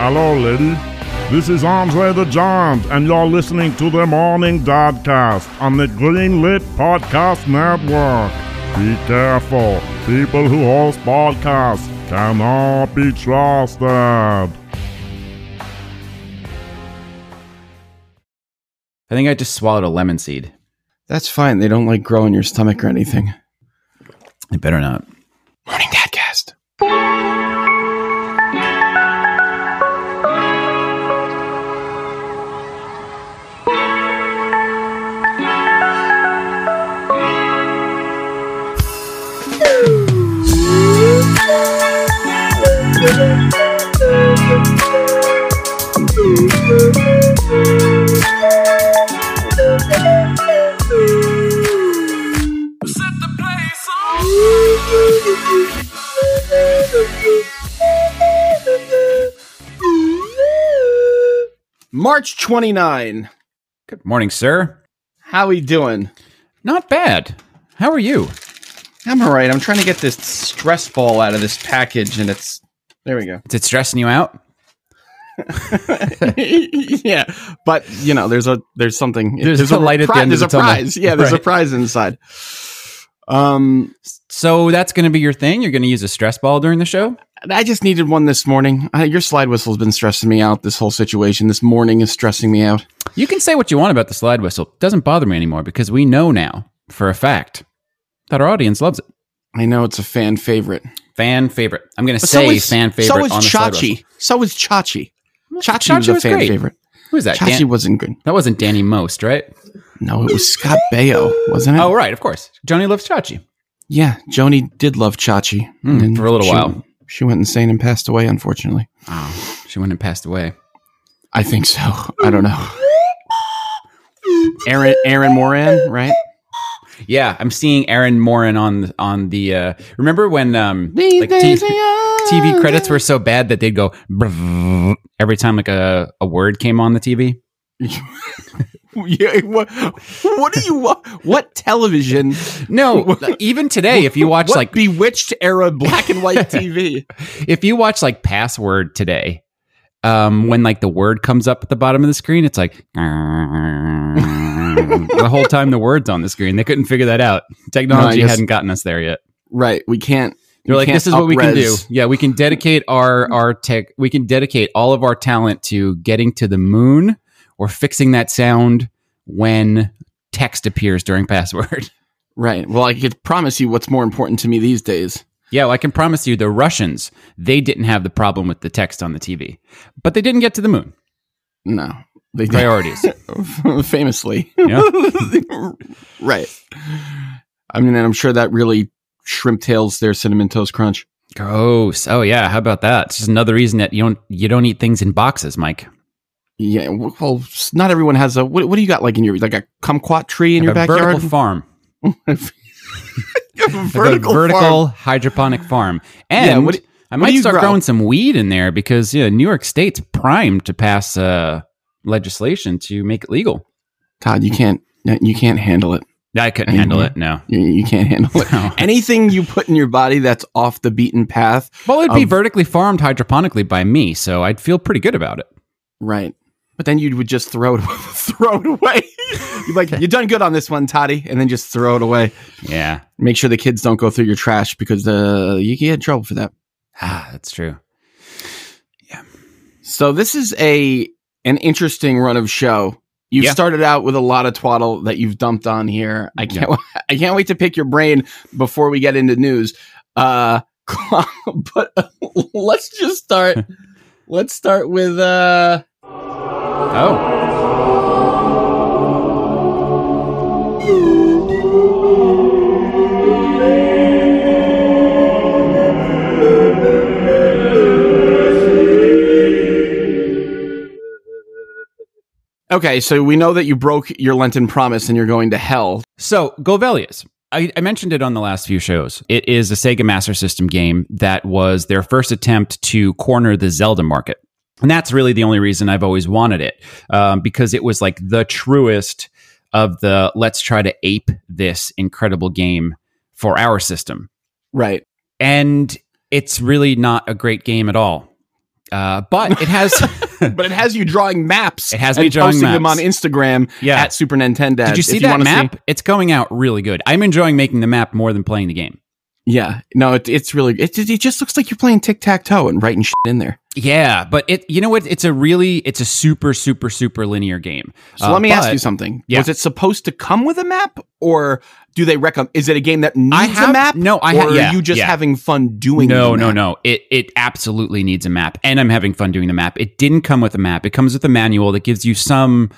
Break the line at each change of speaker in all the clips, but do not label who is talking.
Hello, lady. This is Andre the Giant, and you're listening to the Morning Dodcast on the Greenlit Podcast Network. Be careful. People who host podcasts cannot be trusted.
I think I just swallowed a lemon seed.
That's fine. They don't like grow in your stomach or anything.
It better not.
Morning Dadcast. March 29.
Good morning, sir.
How we doing?
Not bad. How are you?
I'm all right. I'm trying to get this stress ball out of this package, and it's there we go.
Is it stressing you out?
yeah, but you know, there's a there's something.
There's a light at the
pri-
end of
There's
the
a
tunnel.
prize. Yeah, there's a
Right.
prize inside. Um,
So that's going to be your thing. You're going to use a stress ball during the show.
I just needed one this morning. Uh, your slide whistle's been stressing me out. This whole situation this morning is stressing me out.
You can say what you want about the slide whistle. It doesn't bother me anymore because we know now for a fact that our audience loves it.
I know it's a fan favorite.
Fan favorite. I'm going to
So
say
is-
fan favorite
So is
on the slide
Chachi. So is Chachi.
whistle.
Chachi, was a fan
great.
favorite.
Who is that?
Chachi
Dan-
wasn't good.
that wasn't Danny Most, right?
No, it was Scott Baio, wasn't it?
Oh, right. Of course. Johnny loves Chachi.
Yeah, Joni did love Chachi
Mm,
And
for a little
she-
while.
She went insane and passed away, unfortunately.
Oh, she went and passed away.
I think so. I don't know. Aaron Aaron Moran, right?
Yeah, I'm seeing Aaron Morin on the, on the. Uh, remember when um, like T- TV
TV
credits were so bad that they'd go brrrr every time like a, a word came on the TV.
Yeah, what, what do you wa- what television?
No, even today, if you watch
what
like
Bewitched era black and white TV.
if you watch like Password today, um, when like the word comes up at the bottom of the screen, it's like the whole time the word's on the screen. They couldn't figure that out. Technology
guess-
hadn't gotten us there yet.
right, we can't.
They're
we
like,
can't
this is what we can do.
up-res.
Yeah, we can dedicate our our tech. We can dedicate all of our talent to getting to the moon or fixing that sound when text appears during password.
Right. Well, I could promise you what's more important to me these days.
yeah, well, I can promise you, the Russians they didn't have the problem with the text on the TV, but they didn't get to the moon.
No, they
Priorities.
famously.
Yeah.
right. I mean, and I'm sure that really shrimp tails their cinnamon toast crunch.
Gross. Oh yeah, how about that? It's just another reason that you don't you don't eat things in boxes, Mike.
Yeah, w- well, s- not everyone has a. What, what do you got like in your like a kumquat tree in your
Have a
backyard?
vertical farm.
You have a
Have a vertical hydroponic farm. And
Yeah, what do-
I
what do
might
you
start
grow?
growing some weed in there because yeah, New York State's primed to pass uh, legislation to make it legal.
Todd, you can't. You can't handle it.
I couldn't
Mhm.
handle it. No.
You, you can't handle it.
No.
Anything you put in your body that's off the beaten path,
Well, it'd be
Um,
vertically farmed hydroponically by me, so I'd feel pretty good about it.
right? But then you would just throw it throw it away. You're like you've done good on this one, Toddy, and then just throw it away.
Yeah,
Make sure the kids don't go through your trash because uh, you get in trouble for that.
ah, that's true.
So this is a an interesting run of show. You've
Yeah.
started out with a lot of twaddle that you've dumped on here. I can't I can't wait to pick your brain before we get into news. Uh but uh, let's just start let's start with uh
Oh,
okay, so we know that you broke your Lenten promise and you're going to hell.
so Govelius. I, I mentioned it on the last few shows. It is a Sega Master System game that was their first attempt to corner the Zelda market. And that's really the only reason I've always wanted it um, because it was like the truest of the let's try to ape this incredible game for our system.
Right.
And it's really not a great game at all. Uh, but it has.
but it has you drawing maps.
It has
and
me drawing
posting them on
maps.
Instagram
Yeah.
at Super Nintendo.
Did you see that map? It's going out really good. I'm enjoying making the map more than playing the game.
yeah, no, it, it's really. It, it just looks like you're playing tic tac toe and writing shit in there.
Yeah, but it you know what? It's a really it's a super super super linear game.
So
Uh,
let me ask
but
you something.
Yeah.
Was it supposed to come with a map, or do they recommend? Is it a game that needs
I have-
a map?
no, I
or
ha- yeah,
are you just
yeah.
having fun doing?
No,
the
no,
map?
no. It it absolutely needs a map, and I'm having fun doing the map. It didn't come with a map. It comes with a manual that gives you some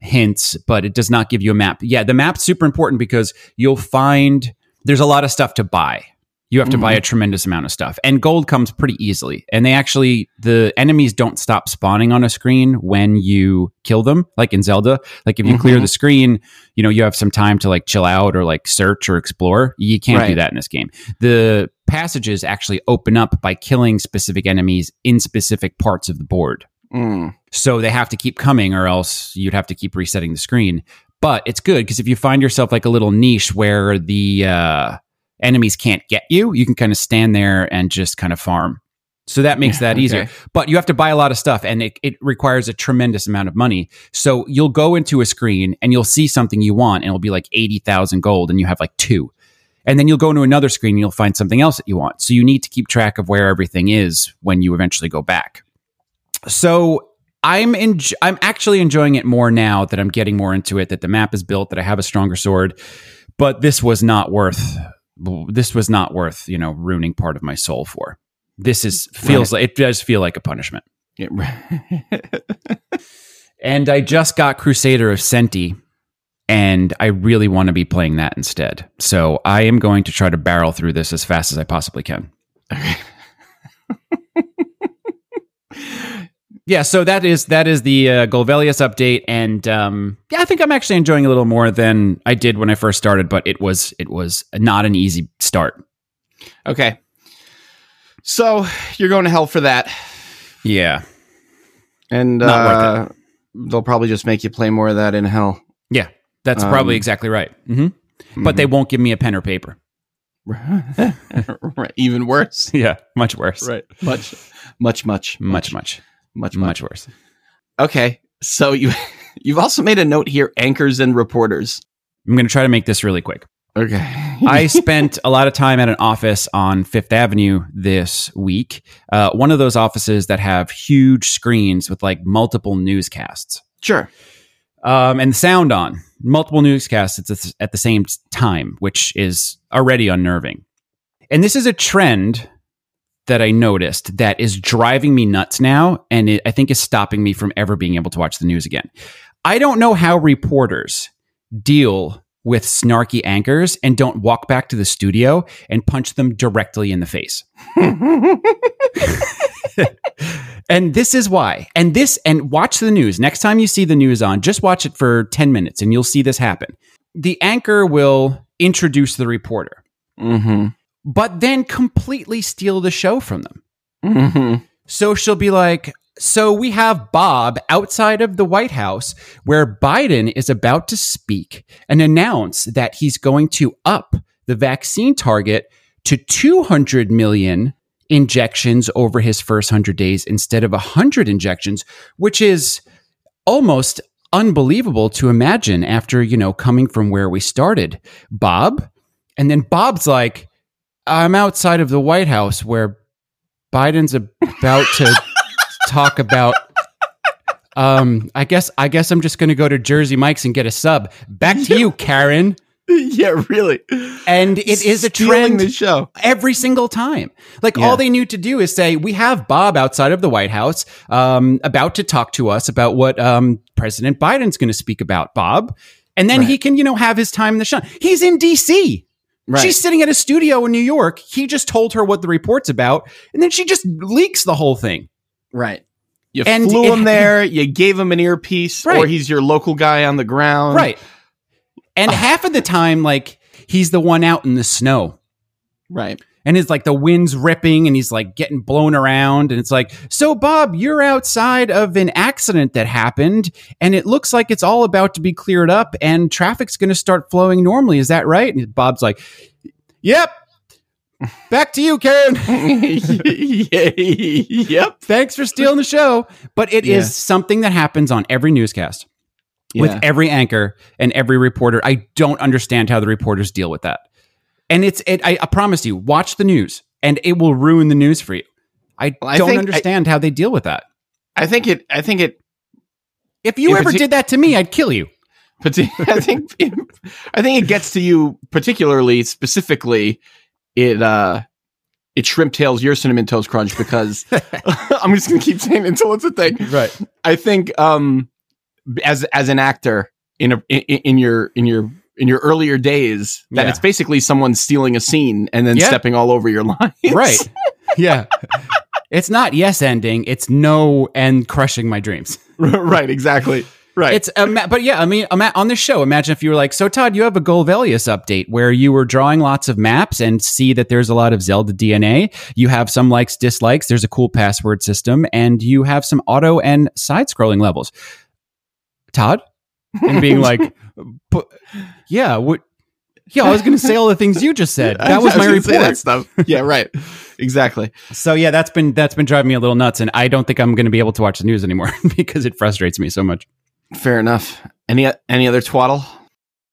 hints, but it does not give you a map. Yeah, the map's super important because you'll find there's a lot of stuff to buy. You have to buy a tremendous amount of stuff, and gold comes pretty easily. And they actually the enemies don't stop spawning on a screen when you kill them, like in Zelda. Like if you clear
Mhm.
the screen, you know you have some time to like chill out or like search or explore. You can't do
Right.
that in this game the passages actually open up by killing specific enemies in specific parts of the board.
Mm.
So they have to keep coming, or else you'd have to keep resetting the screen. But it's good because if you find yourself like a little niche where the uh, enemies can't get you, you can kind of stand there and just kind of farm. So that makes
Yeah,
that easier
okay.
but you have to buy a lot of stuff and it, it requires a tremendous amount of money. So you'll go into a screen and you'll see something you want and it'll be like 80,000 gold and you have like two. And then you'll go into another screen and you'll find something else that you want. So you need to keep track of where everything is when you eventually go back. So I'm in, I'm actually enjoying it more now that I'm getting more into it, that the map is built, that I have a stronger sword. But this was not worth this was not worth, you know, ruining part of my soul for. This is feels like it does feel like a punishment.
Yeah.
And I just got Crusader of Senti, and I really want to be playing that instead. So I am going to try to barrel through this as fast as I possibly can. yeah, so that is that is the uh, Golvelius update, and um, yeah, I think I'm actually enjoying it a little more than I did when I first started. But it was it was not an easy start.
okay. So you're going to hell for that,
Yeah,
and
Not
uh, they'll probably just make you play more of that in hell.
yeah, that's
Um, mm-hmm.
probably exactly right. hmm But they won't give me a pen or paper.
right. Even worse.
Yeah, much worse.
Right. Much, much, much,
Much, much,
much, much.
much worse.
Okay. So you, you've also made a note here: anchors and reporters.
I'm going to try to make this really quick.
Okay.
I spent a lot of time at an office on Fifth Avenue this week. Uh, one of those offices that have huge screens with like multiple newscasts
sure.
um, and sound on multiple newscasts at the, at the same time, which is already unnerving. And this is a trend that I noticed that is driving me nuts now, and it, I think is stopping me from ever being able to watch the news again. I don't know how reporters deal with snarky anchors and don't walk back to the studio and punch them directly in the face. And this is why. And this, and watch the news. Next time you see the news on, just watch it for 10 minutes and you'll see this happen. The anchor will introduce the reporter,
mm-hmm.
but then completely steal the show from them.
Mm-hmm.
So she'll be like, So we have Bob outside of the White House where Biden is about to speak and announce that he's going to up the vaccine target to 200 million injections over his first 100 days instead of 100 injections, which is almost unbelievable to imagine after, you know, coming from where we started, Bob. And then Bob's like, I'm outside of the White House where Biden's about to talk about. Um, I guess I guess I'm just gonna go to Jersey Mike's and get a sub. Back to you, Karen.
Yeah, really.
And it is a
Stealing
trend
The show.
every single time. Like
Yeah.
all they need to do is say, "We have Bob outside of the White House, um, about to talk to us about what um, President Biden's going to speak about, Bob," and then he
Right.
can, you know, have his time in the sun. He's in D.C.
Right.
She's sitting at a studio in New York. He just told her what the report's about, and then she just leaks the whole thing.
right. You
And
flew
it-
him there. You gave him an earpiece, or
Right.
he's your local guy on the ground.
Right. And half of the time, like, he's the one out in the snow.
Right.
And it's like the wind's ripping and he's like getting blown around. And it's like, so Bob, you're outside of an accident that happened and it looks like it's all about to be cleared up and traffic's going to start flowing normally. Is that right? And Bob's like, yep, Back to you, Karen.
yep.
Thanks for stealing the show. But it is
Yeah.
something that happens on every newscast with
Yeah.
every anchor and every reporter. I don't understand how the reporters deal with that. And it's it. I, I promise you, watch the news, and it will ruin the news for you. I
Well, I
don't
think I-
understand how they deal with that.
I think it. I think it.
If you
In
ever
partic-
did that to me, I'd kill you.
parti- I think. I think it gets to you particularly, specifically. It. uh It shrimp tails your cinnamon toast crunch because I'm just gonna keep saying it until it's a thing.
Right.
I think um as as an actor in a in, in your in your in your earlier days that
Yeah.
it's basically someone stealing a scene and then
Yeah.
stepping all over your lines.
Right. Yeah. It's not yes ending. It's no and crushing my dreams.
right, exactly. Right.
It's a ma- but yeah, I mean, ima- on this show, imagine if you were like, so Todd, you have a Golvelius update where you were drawing lots of maps and see that there's a lot of Zelda DNA. You have some likes, dislikes. There's a cool password system, and you have some auto and side-scrolling levels. Todd, and being like, "But- yeah, what? Yeah, I was going to say all the things you just said.
I-
That was
I
my
gonna say
report.
that stuff. Yeah, right. exactly.
So yeah, that's been that's been driving me a little nuts, and I don't think I'm going to be able to watch the news anymore because it frustrates me so much.
Fair enough. Any any other twaddle?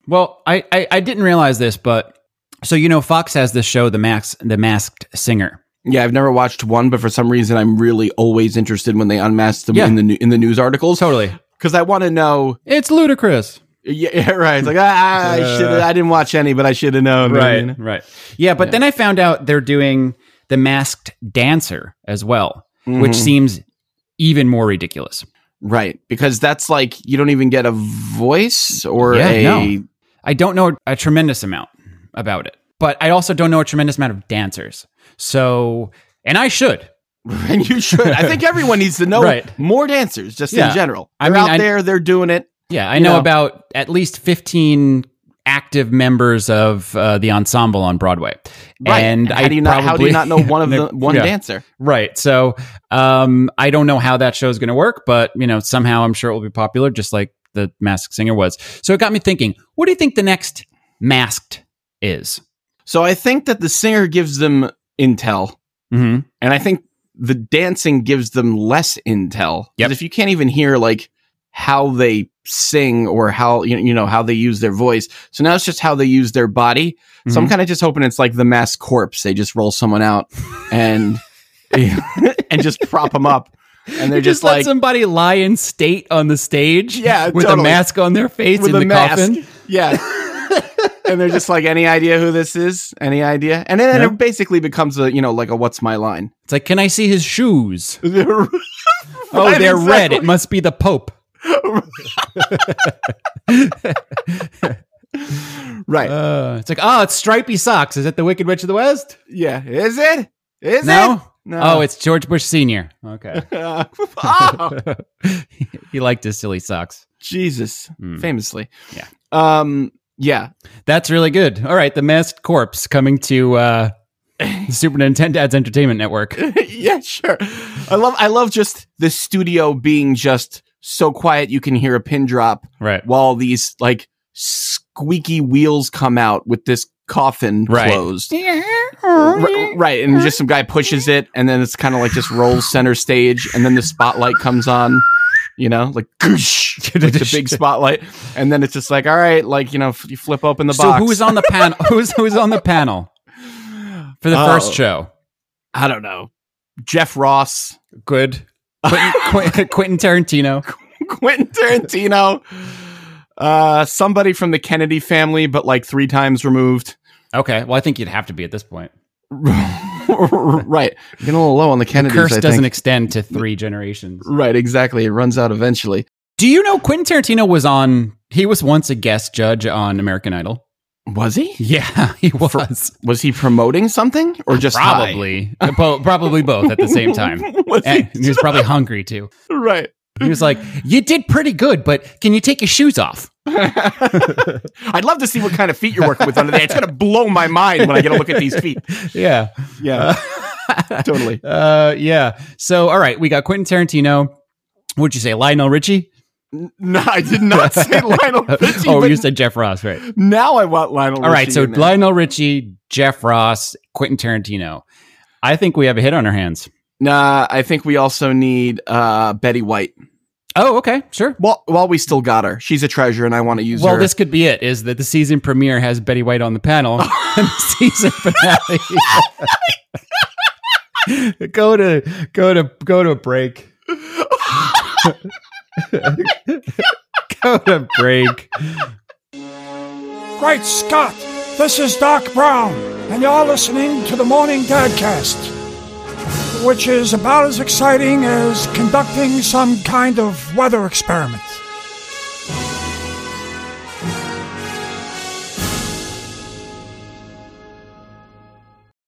Well, I, I I didn't realize this, but so you know, Fox has this show, the Max the Masked Singer.
Yeah, I've never watched one, but for some reason, I'm really always interested when they unmask them
Yeah.
in the new, in the news articles
Totally,
because I want to know.
it's ludicrous.
Yeah, yeah, right. It's like ah, I should. I didn't watch any, but I should have known. I mean,
Uh, right. Yeah, but then I found out they're doing the Masked Dancer as well, which
Mhm.
seems even more ridiculous.
Right, because that's like you don't even get a voice or
Yeah,
a
no. I don't know a tremendous amount about it, but I also don't know a tremendous amount of dancers. So, and I should.
and you should. I think everyone needs to know
Right.
more dancers just
Yeah.
in general.
I
They're
mean,
out
I-
there, they're doing it.
Yeah, I
You
know,
know.
about at least 15 active members of uh, the ensemble on Broadway.
Right.
And
how
I
do you not how do
probably-
you not know one of
No,
the one
yeah.
dancer?
Right. So um, I don't know how that show is going to work, but you know, somehow I'm sure it will be popular, just like the Masked Singer was. So it got me thinking: What do you think the next Masked is?
So I think that the singer gives them intel,
Mm-hmm.
and I think the dancing gives them less intel. 'Cause
Yep.
If you can't even hear like how they sing or how you you know how they use their voice, so now it's just how they use their body. So I'm kind of just hoping it's like the mass corpse. They just roll someone out and and just prop them up, and they're just,
let
like
somebody lie in state on the stage,
Yeah,
with a
totally.
mask on their face in the coffin.
yeah. and they're just like, any idea who this is? Any idea? And then
Yeah.
it basically becomes a you know like a what's my line?
It's like, can I see his shoes? Oh,
Right,
they're red.
exactly.
It must be the Pope.
right?
Uh, it's like, oh, it's stripy socks. Is it the Wicked Witch of the West?
yeah. Is it? Is
no?
it? No.
Oh, it's George Bush Senior. Okay.
Uh, oh,
he liked his silly socks.
Jesus,
Hmm.
famously.
Yeah.
Um. Yeah.
That's really good. All right, the masked corpse coming to uh, the Super Nintendo's Entertainment Network.
yeah, sure. I love I love just the studio being just so quiet you can hear a pin drop
Right.
while these like squeaky wheels come out with this coffin
Right.
closed. R- right, and just some guy pushes it and then it's kind of like just rolls center stage and then the spotlight comes on. You know, like, goosh, like the big spotlight, and then it's just like, all right, like you know, f- you flip open the
So
box.
who's on the panel? who's who's on the panel for the
Oh.
first show?
I don't know, Jeff Ross,
Good. Quentin, Qu- Quentin Tarantino.
Quentin Tarantino, uh, somebody from the Kennedy family, but like three times removed.
Okay. Well, I think you'd have to be at this point.
right, getting a little low on the Kennedys.
Curse
I think.
doesn't extend to three generations.
Right, exactly. It runs out eventually.
Do you know Quentin Tarantino was on? He was once a guest judge on American Idol.
Was he?
Yeah, he was.
Was he promoting something or just high?
probably, Bo- probably both at the same time.
Was
And
he?
he was probably hungry too.
Right.
He was like, "You did pretty good, but can you take your shoes off?"
I'd love to see what kind of feet you're working with under there. It's gonna blow my mind when I get a look at these feet.
Yeah,
Yeah, totally.
uh, yeah. So, all right, we got Quentin Tarantino. What'd you say, Lionel Richie?
No, I did not say Lionel Richie.
oh,
but
you said Jeff Ross, right?
now I want Lionel.
All right,
Richie
so
in there.
Lionel Richie, Jeff Ross, Quentin Tarantino. I think we have a hit on our hands.
nah, I think we also need uh, Betty White.
Oh, okay, sure.
Well, while we still got her, she's a treasure, and I want to use
Well,
her.
this could be it. Is that the season premiere has Betty White on the panel and the season finale? go to go to go to break. go to break.
Great Scott! This is Doc Brown, and you're listening to the Morning Dadcast, which is about as exciting as conducting some kind of weather experiment.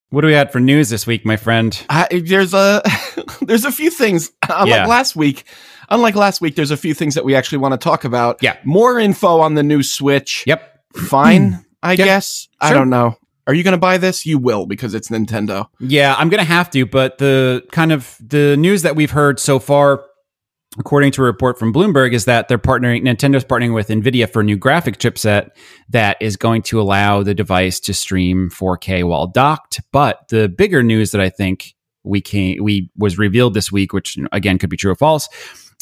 What do we had for news this week, my friend?
I, there's a there's a few things unlike
Yeah.
last week. Unlike last week, there's a few things that we actually want to talk about.
Yeah.
more info on the new Switch.
Yep. Hmm.
fine, I guess. I
Sure.
don't know. Are you going to buy this? You will because it's Nintendo.
Yeah, I'm gonna have to, but the kind of the news that we've heard so far, according to a report from Bloomberg, is that they're partnering Nintendo's partnering with Nvidia for a new graphic chipset that is going to allow the device to stream 4K while docked. But the bigger news that I think we can we was revealed this week, which again could be true or false,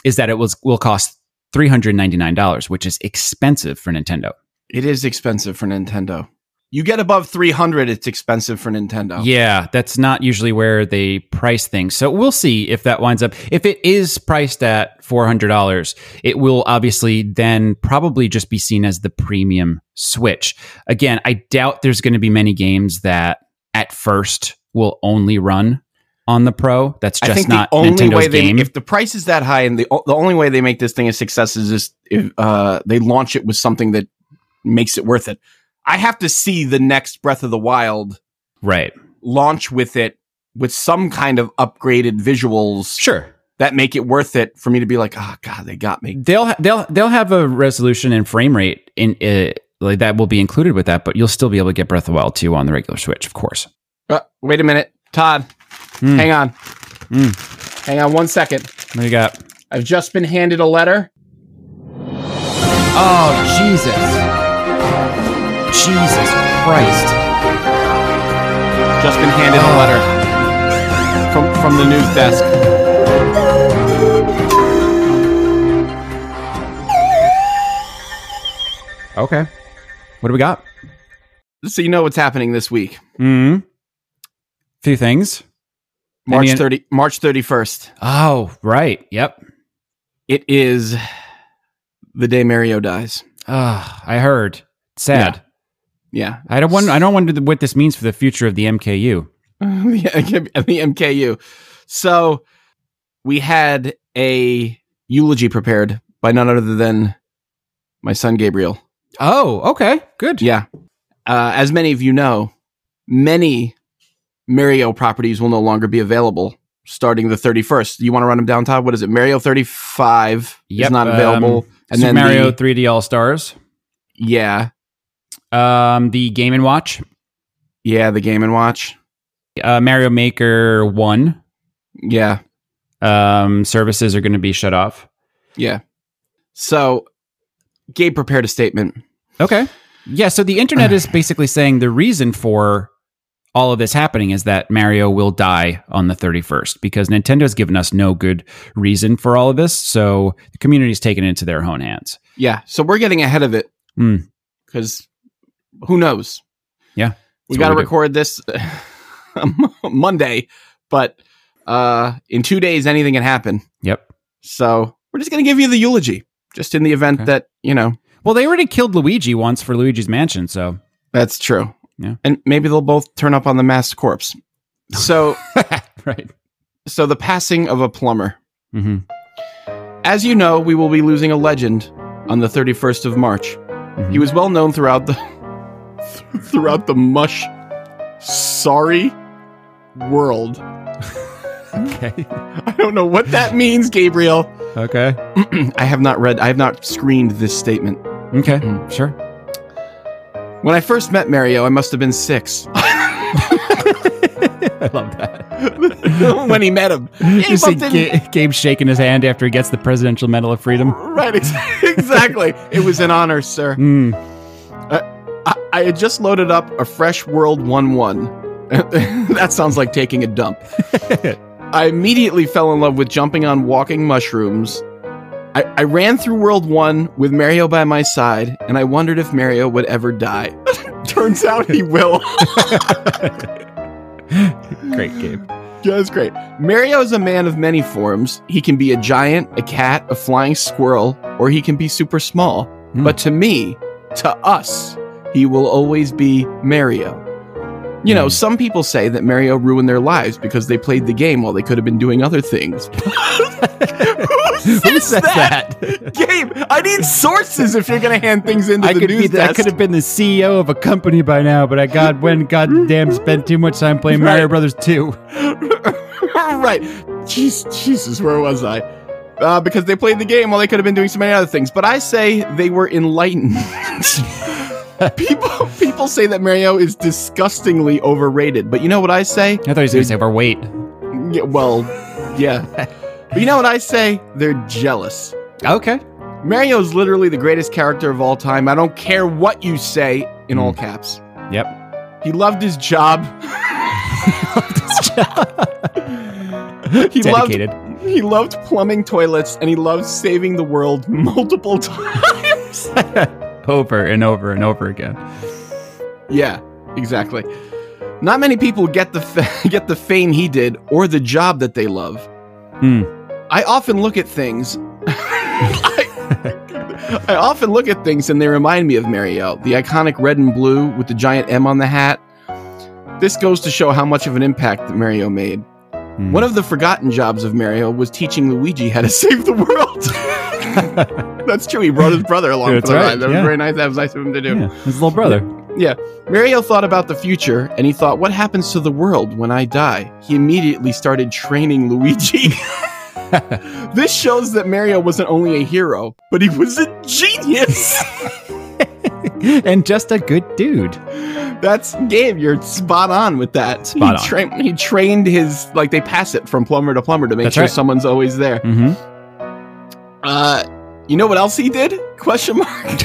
is that it was will cost $399, which is expensive for Nintendo.
It is expensive for Nintendo. You get above 300, it's expensive for Nintendo.
Yeah, that's not usually where they price things. So we'll see if that winds up. If it is priced at $400, it will obviously then probably just be seen as the premium Switch. Again, I doubt there's going to be many games that at first will only run on the Pro. That's
I
just
think
not
the only
Nintendo's
way they
game.
if the price is that high and the o- the only way they make this thing a success is just if uh, they launch it with something that makes it worth it. I have to see the next Breath of the Wild
right.
launch with it with some kind of upgraded visuals
Sure.
that make it worth it for me to be like, oh god, they got me.
They'll ha- they'll they'll have a resolution and frame rate in uh, like that will be included with that, but you'll still be able to get Breath of the Wild 2 on the regular Switch, of course.
Uh, wait a minute, Todd.
Hmm.
Hang on. Hang on one second.
What do you got?
I've just been handed a letter.
Oh, Jesus. Jesus Christ.
Just been handed a letter from from the news desk.
Okay. What do we got?
So you know what's happening this week,
Hmm. Few things.
March
Any-
thirty, March thirty first.
Oh, right. Yep.
It is the day Mario dies.
Ah, I heard. Sad.
Yeah,
I don't want. I don't wonder what this means for the future of the MKU.
yeah the MKU. So we had a eulogy prepared by none other than my son Gabriel.
Oh, okay. Good.
Yeah. Uh, as many of you know, many Mario properties will no longer be available starting the 31st. You want to run them down, Todd? What is it? Mario 35
Yep,
is not
um,
available. and
Super
then
Mario
the-
3D All Stars.
yeah.
Um, the Game and Watch.
Yeah. The Game and Watch.
Uh, Mario Maker One.
Yeah.
Um, services are going to be shut off.
Yeah. So Gabe prepared a statement.
Okay. Yeah. So the internet is basically saying the reason for all of this happening is that Mario will die on the 31st because Nintendo's given us no good reason for all of this. So the community's taken it into their own hands.
Yeah. So we're getting ahead of it
Hmm.
because who knows?
Yeah,
We
that's
got to
what we do.
record this Monday, but uh, in two days, anything can happen.
Yep.
So we're just going to give you the eulogy just in the event
Okay.
that, you know,
Well, they already killed Luigi once for Luigi's Mansion. So
that's true.
Yeah.
And maybe they'll both turn up on the masked corpse. So,
right.
so the passing of a plumber.
hmm
As you know, we will be losing a legend on the 31st of March.
Mhm.
He was well known throughout the throughout the mush sorry world.
Okay.
I don't know what that means, Gabriel.
Okay.
I have not read I have not screened this statement.
Okay. Sure.
When I first met Mario, I must have been 6.
I love that.
when he met him. Yeah, he
You see
bumped in-
Ga- Gabe shaking his hand after he gets the Presidential Medal of Freedom.
Right, ex- exactly. it was an honor, sir. Uh,
Mm.
I, I had just loaded up a fresh World 1 1. that sounds like taking a dump. I immediately fell in love with jumping on walking mushrooms. I, I ran through World 1 with Mario by my side, and I wondered if Mario would ever die. Turns out he will.
Great, Gabe.
Yeah, that's great. Mario is a man of many forms. He can be a giant, a cat, a flying squirrel, or he can be super small.
Hmm.
But to me, to us, he will always be Mario. You know,
Hmm.
some people say that Mario ruined their lives because they played the game while they could have been doing other things. Who says,
Who says
that?
that?
Gabe, I need sources if you're going to hand things into
I
the
could
news
be the, I
desk.
could have been the CEO of a company by now, but I god when goddamn spent too much time playing Mario
Right.
Brothers 2.
right. Jeez, Jesus, where was I? Uh, because they played the game while they could have been doing so many other things. But I say they were enlightened. people people say that Mario is disgustingly overrated, but you know what I say?
I thought he was going to say, "Well, wait."
Yeah, well, yeah. But you know what I say? They're jealous.
Okay.
Mario is literally the greatest character of all time. I don't care what you say in all caps.
Yep.
He loved his job. he
Dedicated.
loved he loved plumbing toilets and he loved saving the world multiple times.
Over and over and over again.
yeah, exactly. Not many people get the fa- get the fame he did or the job that they love.
Hmm.
I often look at things. I, I often look at things and they remind me of Mario, the iconic red and blue with the giant M on the hat. This goes to show how much of an impact that Mario made.
Hmm.
One of the forgotten jobs of Mario was teaching Luigi how to save the world. That's true. He brought his brother along
That's
for the
right,
ride. That
yeah.
was very nice. That was nice of him to do.
Yeah, his little brother.
Mario thought about the future and he thought, what happens to the world when I die? He immediately started training Luigi. this shows that Mario wasn't only a hero, but he was a genius.
and just a good dude.
That's Gabe, you're spot on with that.
Spot
he,
on.
tra- he trained his, like, they pass it from plumber to plumber to make
That's
sure
right.
someone's always there.
Mm-hmm.
Uh, you know what else he did? Question mark.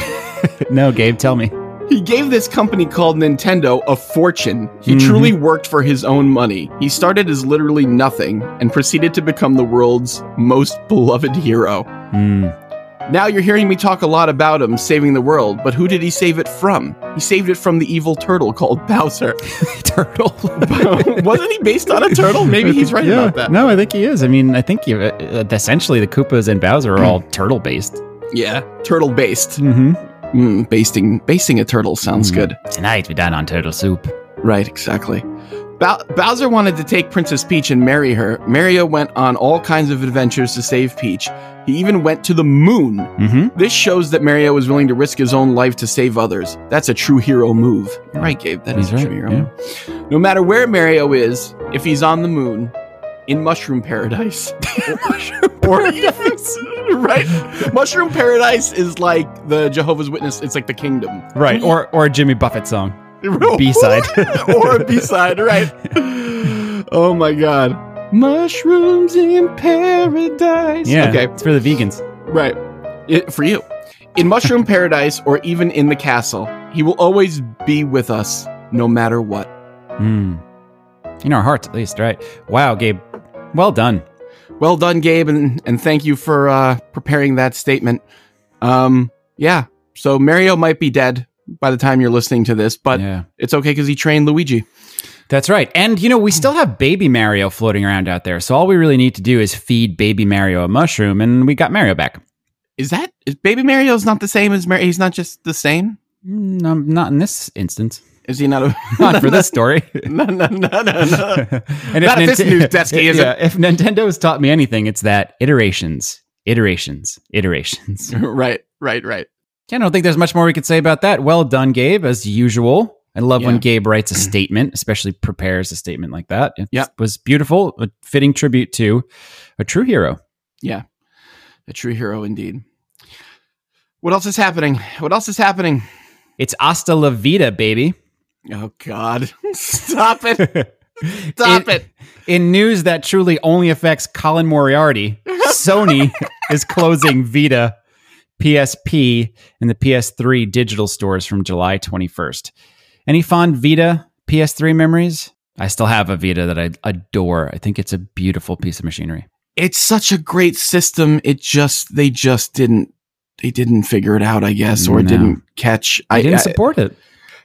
No, Gabe, tell me.
He gave this company called Nintendo a fortune. He
Mhm.
truly worked for his own money. He started as literally nothing and proceeded to become the world's most beloved hero.
Hmm.
Now you're hearing me talk a lot about him saving the world, but who did he save it from? He saved it from the evil turtle called Bowser.
turtle.
Wasn't he based on a turtle? Maybe he's right
Yeah.
about that.
No, I think he is. I mean, I think you, uh, essentially the Koopas and Bowser are all turtle based.
Yeah, turtle based.
Mm-hmm.
Mm, basting basting a turtle sounds
Mm.
good.
Tonight we dine on turtle soup.
Right, exactly. Bow- Bowser wanted to take Princess Peach and marry her. Mario went on all kinds of adventures to save Peach. He even went to the moon.
Mm-hmm.
This shows that Mario was willing to risk his own life to save others. That's a true hero move. You're right, Gabe. That is
He's right,
a true hero move. No matter where Mario is, if he's on the moon, in Mushroom Paradise, or right, Mushroom Paradise is like the Jehovah's Witness. It's like the kingdom.
Right. Or or a Jimmy Buffett song.
B-side. or a B-side, right. Oh my god. Mushrooms in paradise.
Yeah.
Okay,
It's for the vegans.
right. It, for you. In Mushroom Paradise or even in the castle, he will always be with us no matter what.
Hmm. In our hearts, at least, right? Wow, Gabe. Well done.
Well done, Gabe, and, and thank you for uh, preparing that statement. Um, yeah, so Mario might be dead by the time you're listening to this, but
yeah.
it's okay because he trained Luigi.
That's right. And, you know, we still have baby Mario floating around out there. So all we really need to do is feed baby Mario a mushroom, and we got Mario back.
Is that is Baby Mario's not the same as Mario? He's not just the same?
No, Mm, um, not in this instance.
Is he not a
Not for this story.
No, no, no, no, no.
and
Not this news desk, he isn't.
if Nintendo has taught me anything, it's that iterations, iterations, iterations.
right, right, right.
Yeah, I don't think there's much more we could say about that. Well done, Gabe, as usual. I love when
Yeah.
Gabe writes a statement, especially prepares a statement like that. It
Yep.
was beautiful, a fitting tribute to a true hero.
A true hero indeed. What else is happening? What else is happening?
It's Asta La Vida, baby.
Oh God! Stop it! Stop
In-
it.
In news that truly only affects Colin Moriarty, Sony is closing Vita, PSP, and the PS3 digital stores from July 21st. Any fond Vita PS3 memories? I still have a Vita that I adore. I think it's a beautiful piece of machinery.
It's such a great system. It just they just didn't they didn't figure it out, I guess, or
No.
didn't catch.
I
I,
didn't
I-
support it.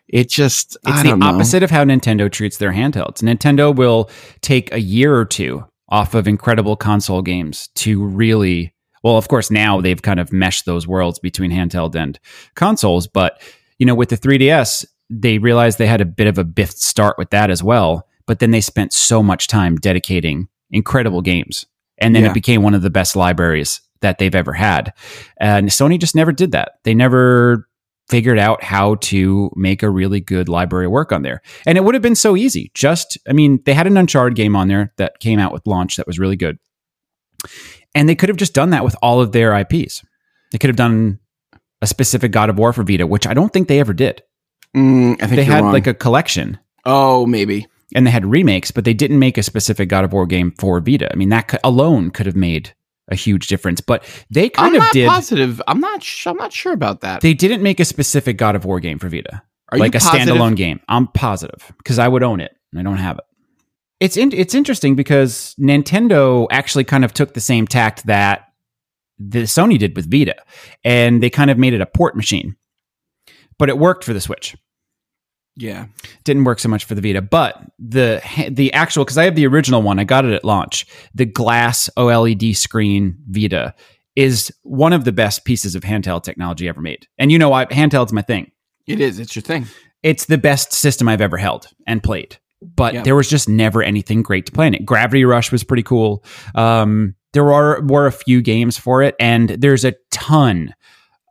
it just
It's
I
the
don't know.
opposite of how Nintendo treats their handhelds. Nintendo will take a year or two off of incredible console games to really well, of course, now they've kind of meshed those worlds between handheld and consoles, but you know, with the 3DS, they realized they had a bit of a biffed start with that as well, but then they spent so much time dedicating incredible games. And then
Yeah.
it became one of the best libraries that they've ever had. And Sony just never did that. They never figured out how to make a really good library work on there. And it would have been so easy. Just, I mean, they had an Uncharted game on there that came out with launch that was really good. And they could have just done that with all of their IPs. They could have done a specific God of War for Vita, which I don't think they ever did.
Mm, I think
They
you're
had
wrong.
like a collection
oh maybe
and they had remakes, but they didn't make a specific God of War game for Vita. I mean, that cou- alone could have made a huge difference, but they kind
I'm
of
not
did.
positive. I'm not. Sh- I'm not sure about that.
They didn't make a specific God of War game for Vita.
Are
like
you
a
positive?
standalone game. I'm positive because I would own it and I don't have it. It's in, it's interesting because Nintendo actually kind of took the same tact that the Sony did with Vita and they kind of made it a port machine. But it worked for the Switch.
Yeah.
Didn't work so much for the Vita, but the the actual cuz I have the original one. I got it at launch. The glass OLED screen Vita is one of the best pieces of handheld technology ever made. And you know, I handheld's my thing
It is. It's your thing.
it's the best system I've ever held and played. But
Yeah.
there was just never anything great to play in it. Gravity Rush was pretty cool. Um, there are were a few games for it, and there's a ton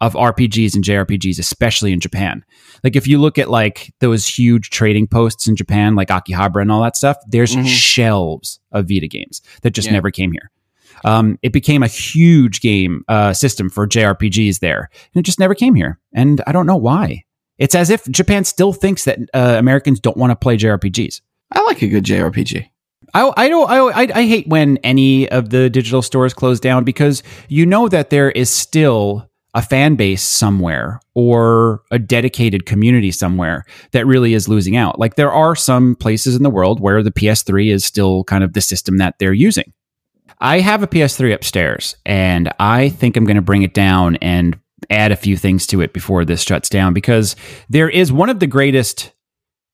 of RPGs and JRPGs, especially in Japan. Like if you look at like those huge trading posts in Japan, like Akihabara and all that stuff, there's
Mhm.
shelves of Vita games that just
Yeah.
never came here. Um, it became a huge game uh, system for JRPGs there, and it just never came here. And I don't know why. It's as if Japan still thinks that uh, Americans don't want to play JRPGs.
I like a good JRPG.
I, I don't I, I I hate when any of the digital stores close down because you know that there is still a fan base somewhere or a dedicated community somewhere that really is losing out. Like there are some places in the world where the PS3 is still kind of the system that they're using. I have a PS3 upstairs and I think I'm going to bring it down and add a few things to it before this shuts down because there is one of the greatest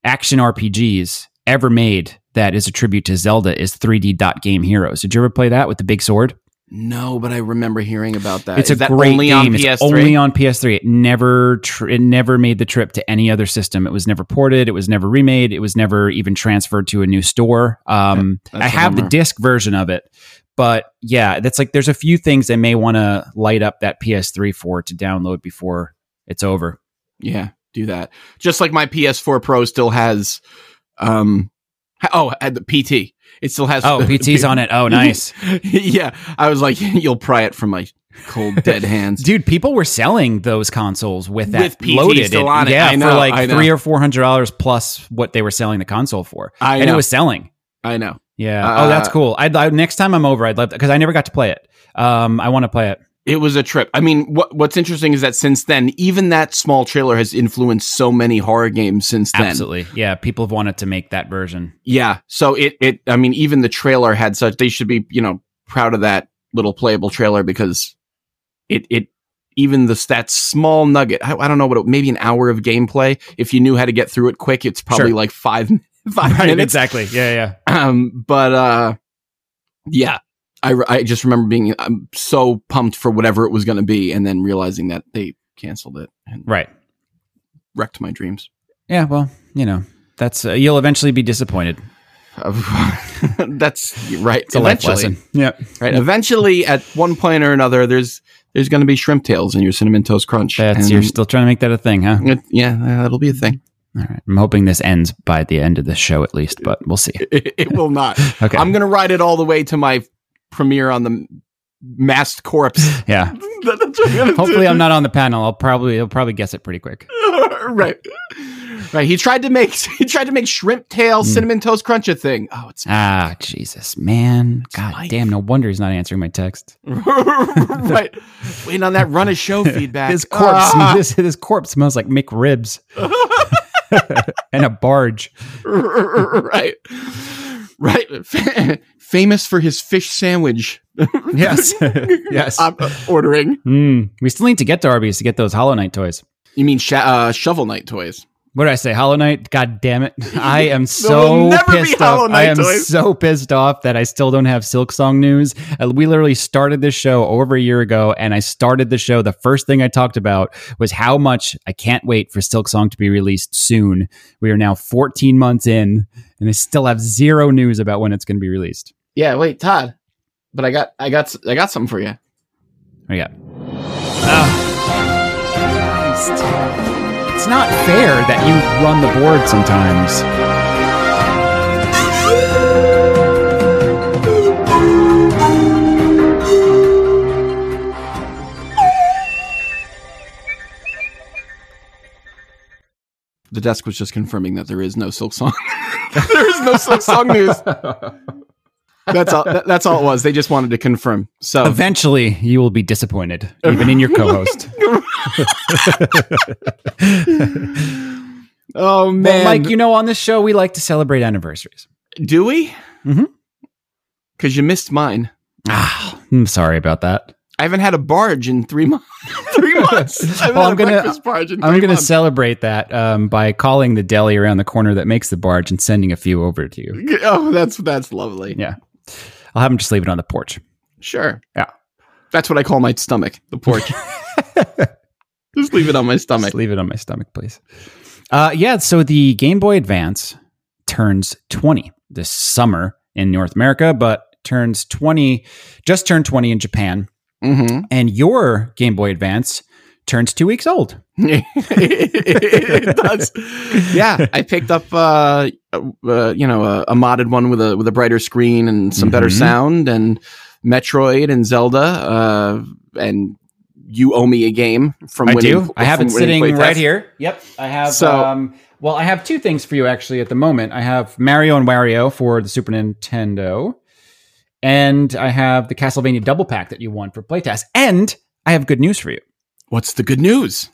action RPGs ever made that is a tribute to Zelda is 3D Dot Game Heroes. Did you ever play that with the big sword?
No, but I remember hearing about that.
it's
Uh,
a
Is that
great
only
game.
on PS3.
It's only on PS3. It never tr- it never made the trip to any other system. It was never ported. It was never remade. It was never even transferred to a new store. Um,
That- that's
I
a
have the
bummer.
disc version of it, but yeah, that's like there's a few things I may want to light up that PS3 for to download before it's over.
yeah, do that. Just like my PS4 Pro still has, um, ha- oh, had the PT. It still has.
Oh, PT's on it. Oh, nice.
yeah, I was like, you'll pry it from my cold dead hands.
Dude, people were selling those consoles with that
With PT
loaded,
still
in-
on it.
yeah,
I
for
know,
like
I know.
three or four hundred dollars plus what they were selling the console for,
I
and
know.
it was selling.
I know.
Yeah.
Uh,
oh, that's cool. I'd, I, next time I'm over, I'd love because I never got to play it. Um, I want to play it.
It was a trip. I mean, what what's interesting is that since then, even that small trailer has influenced so many horror games since then.
Absolutely. Yeah. People have wanted to make that version.
Yeah. So it it I mean even the trailer had such they should be, you know, proud of that little playable trailer because it it even this that small nugget, I, I don't know what it, maybe an hour of gameplay. If you knew how to get through it quick, it's probably
Sure.
like five five
Right.
minutes.
Exactly. Yeah. Yeah.
Um, but uh, yeah, I re- I just remember being um, so pumped for whatever it was going to be, and then realizing that they canceled it and
Right.
wrecked my dreams.
Yeah. Well, you know, that's uh, you'll eventually be disappointed.
That's right.
It's a life lesson. Yeah.
Right. Eventually, at one point or another, there's there's going to be shrimp tails in your cinnamon toast crunch.
That's
And Mm.
you're still trying to make that a thing, huh?
it- yeah, that'll be a thing.
All right. I'm hoping this ends by the end of the show at least, but we'll see.
It, it will not.
Okay.
I'm going to ride it all the way to my premiere on the masked corpse.
yeah.
That's what I'm gonna do.
Hopefully, I'm not on the panel. I'll probably, I'll probably guess it pretty quick.
right. Right. He tried to make he tried to make shrimp tail cinnamon toast crunch a thing. Oh, it's
Ah, Jesus, man. God
life.
damn, no wonder he's not answering my text.
right. Waiting on that run of show feedback.
His corpse,
Ah,
this, his corpse smells like McRibs and a barge.
right. Right. Fa- famous for his fish sandwich.
Yes, yes.
I'm uh, ordering.
Mm. We still need to get to Arby's to get those Hollow Knight toys.
You mean sha- uh, shovel knight toys?
What did I say? Hollow Knight? God damn it. I am
will
so
never be
pissed
Hollow
off. I
Knight
am
toys.
so pissed off that I still don't have Silk Song news. Uh, We literally started this show over a year ago, and I started the show. The first thing I talked about was how much I can't wait for Silk Song to be released soon. We are now 14 months in, and I still have zero news about when it's going to be released.
Yeah. Wait, Todd. But I got I got s- I got something for you.
What do you got? It's not fair that you run the board sometimes.
The desk was just confirming that there is no silk song. there is no silk song news. That's all. that- that's all it was. They just wanted to confirm.
Um,
So
Eventually, you will be disappointed, even in your co host.
Oh
Well,
man,
Mike, you know, on this show, we like to celebrate anniversaries.
do we?
Mhm.
Because you missed mine.
Ah, I'm sorry about that.
I haven't had a barge in three months. three months. I haven't
Well,
had
I'm
a
gonna-
breakfast barge in
I'm
three
going to
months.
celebrate that um, by calling the deli around the corner that makes the barge and sending a few over to you.
oh, that's that's lovely.
Yeah. I'll have them just leave it on the porch.
Sure.
Yeah.
That's what I call my stomach, the porch. Just leave it on my stomach.
Just leave it on my stomach, please. Uh, yeah, so the Game Boy Advance turns 20 this summer in North America, but turns 20, just turned 20 in Japan.
hmm
And your Game Boy Advance turns two weeks old.
it does. Yeah, I picked up uh, uh you know a, a modded one with a with a brighter screen and some better
Mhm.
sound and Metroid and Zelda uh and you owe me a game from
I
winning,
do. I have
from
it sitting
winning playtest.
right here. Yep. I have.
So-
um, well, I have two things for you actually at the moment. I have Mario and Wario for the Super Nintendo, and I have the Castlevania double pack that you won for playtest. And I have good news for you.
What's the good news?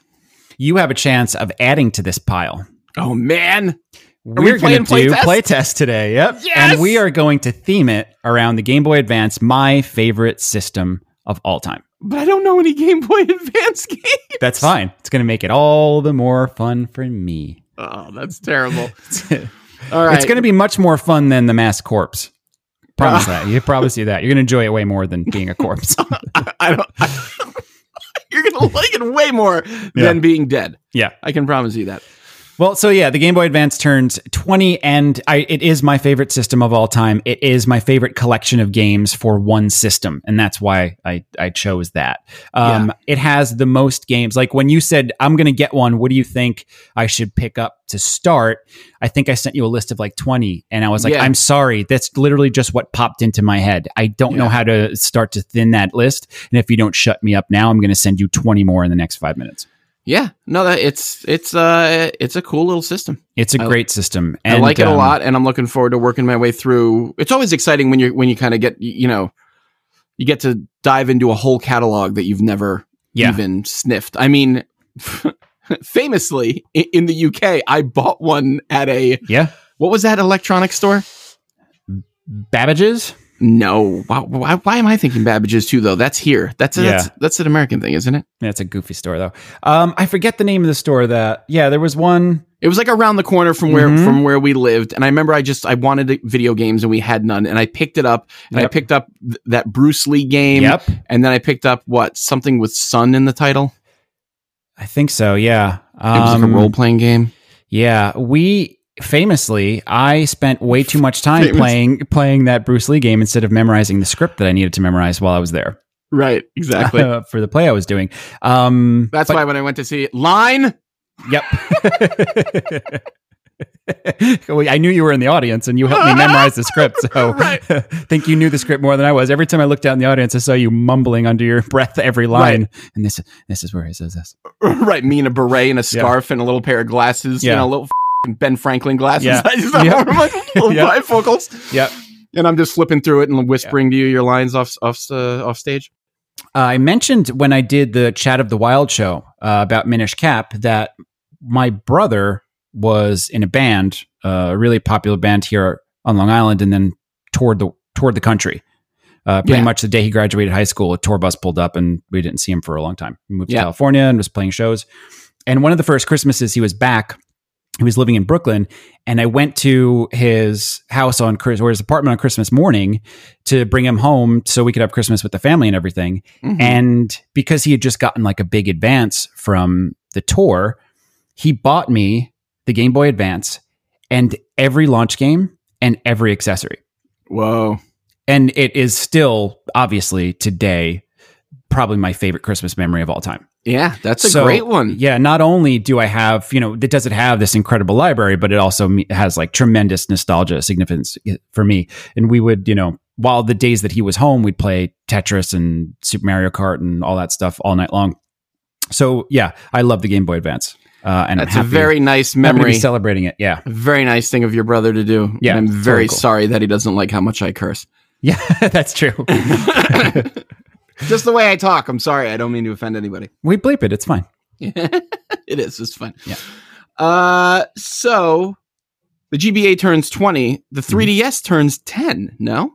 You have a chance of adding to this pile.
Oh man. we
We're going
playing
to do
playtest?
playtest today. Yep.
Yes!
And we are going to theme it around the Game Boy Advance, my favorite system of all time.
But I don't know any Game Boy Advance games.
That's fine. It's going to make it all the more fun for me.
Oh, that's terrible. All right.
It's going to be much more fun than the mass corpse. Promise that. You promise you that. You're going to enjoy it way more than being a corpse.
I don't. you're gonna like it way more than being dead.
yeah.
I can promise you that.
Well, so yeah, the Game Boy Advance turns 20, and I, it is my favorite system of all time. It is my favorite collection of games for one system, and that's why I, I chose that. Um, It has the most games. Like when you said, I'm going to get one, what do you think I should pick up to start? I think I sent you a list of like 20, and I was like,
Yeah.
I'm sorry. That's literally just what popped into my head. I don't know
Yeah.
how to start to thin that list. And if you don't shut me up now, I'm going to send you 20 more in the next five minutes.
Yeah. No, that it's it's uh it's a cool little system.
It's a
I-
great system.
I like it a
um,
lot, and I'm looking forward to working my way through. It's always exciting when you when you kind of get you know you get to dive into a whole catalog that you've never
Yeah.
even sniffed. I mean. Famously, i- in the UK, I bought one at a
Yeah.
what was that electronic store?
Babbage's?
No, why, why, why am I thinking Babbage's too? Though that's here. That's a,
Yeah.
that's that's an American thing, isn't it?
That's a goofy store though. Um, I forget the name of the store that. Yeah, there was one.
It was like around the corner from where
Mhm.
from where we lived, and I remember I just I wanted video games and we had none, and I picked it up and I
Yep.
picked up th- that Bruce Lee game,
Yep,
and then I picked up what something with sun in the title.
I think so. Yeah,
It was like
Um,
a role playing game.
Yeah, we famously, I spent way too much time
Famous.
playing playing that Bruce Lee game instead of memorizing the script that I needed to memorize while I was there
Right, exactly.
uh, for the play I was doing. Um,
that's
but-
why when I went to see it, Line,
Yep. Well, I knew you were in the audience and you helped me memorize the script. So
Right.
I think you knew the script more than I was. Every time I looked out in the audience, I saw you mumbling under your breath every line. And this this is where he says this.
right? Me in a beret and a scarf and a little pair of glasses, you
Yeah.
know, a little Ben Franklin glasses.
Yeah.
I just have
Yeah.
one of my little
Yeah.
bifocals.
Yep.
And I'm just flipping through it and whispering to you your lines off off uh, off stage.
Uh, I mentioned when I did the Chat of the Wild show uh, about Minish Cap that my brother was in a band, uh, a really popular band here on Long Island, and then toured the toured the country. Uh, pretty
Yeah.
much the day he graduated high school, a tour bus pulled up, and we didn't see him for a long time. He moved
Yeah.
to California and was playing shows. And one of the first Christmases he was back, he was living in Brooklyn, and I went to his house on Chris or his apartment on Christmas morning to bring him home so we could have Christmas with the family and everything.
Mm-hmm.
And because he had just gotten like a big advance from the tour, he bought me the Game Boy Advance and every launch game and every accessory.
Whoa.
And it is still, obviously, today, probably my favorite Christmas memory of all time.
Yeah, that's a
So,
great one.
Yeah, not only do I have, you know, it does it have this incredible library, but it also me- has like tremendous nostalgia significance for me. And we would, you know, while the days that he was home, we'd play Tetris and Super Mario Kart and all that stuff all night long. So yeah, I love the Game Boy Advance, uh, and
That's
I'm
a
happy,
very nice
happy to be
memory.
celebrating it. Yeah,
Very nice thing of your brother to do.
Yeah,
And I'm
it's
very
totally cool.
sorry that he doesn't like how much I curse.
yeah, that's true.
Just the way I talk. I'm sorry. I don't mean to offend anybody.
we bleep it; it's fine.
it is. It's fun.
Yeah.
Uh, so the GBA turns 20.
Mm-hmm.
The 3DS turns 10. No.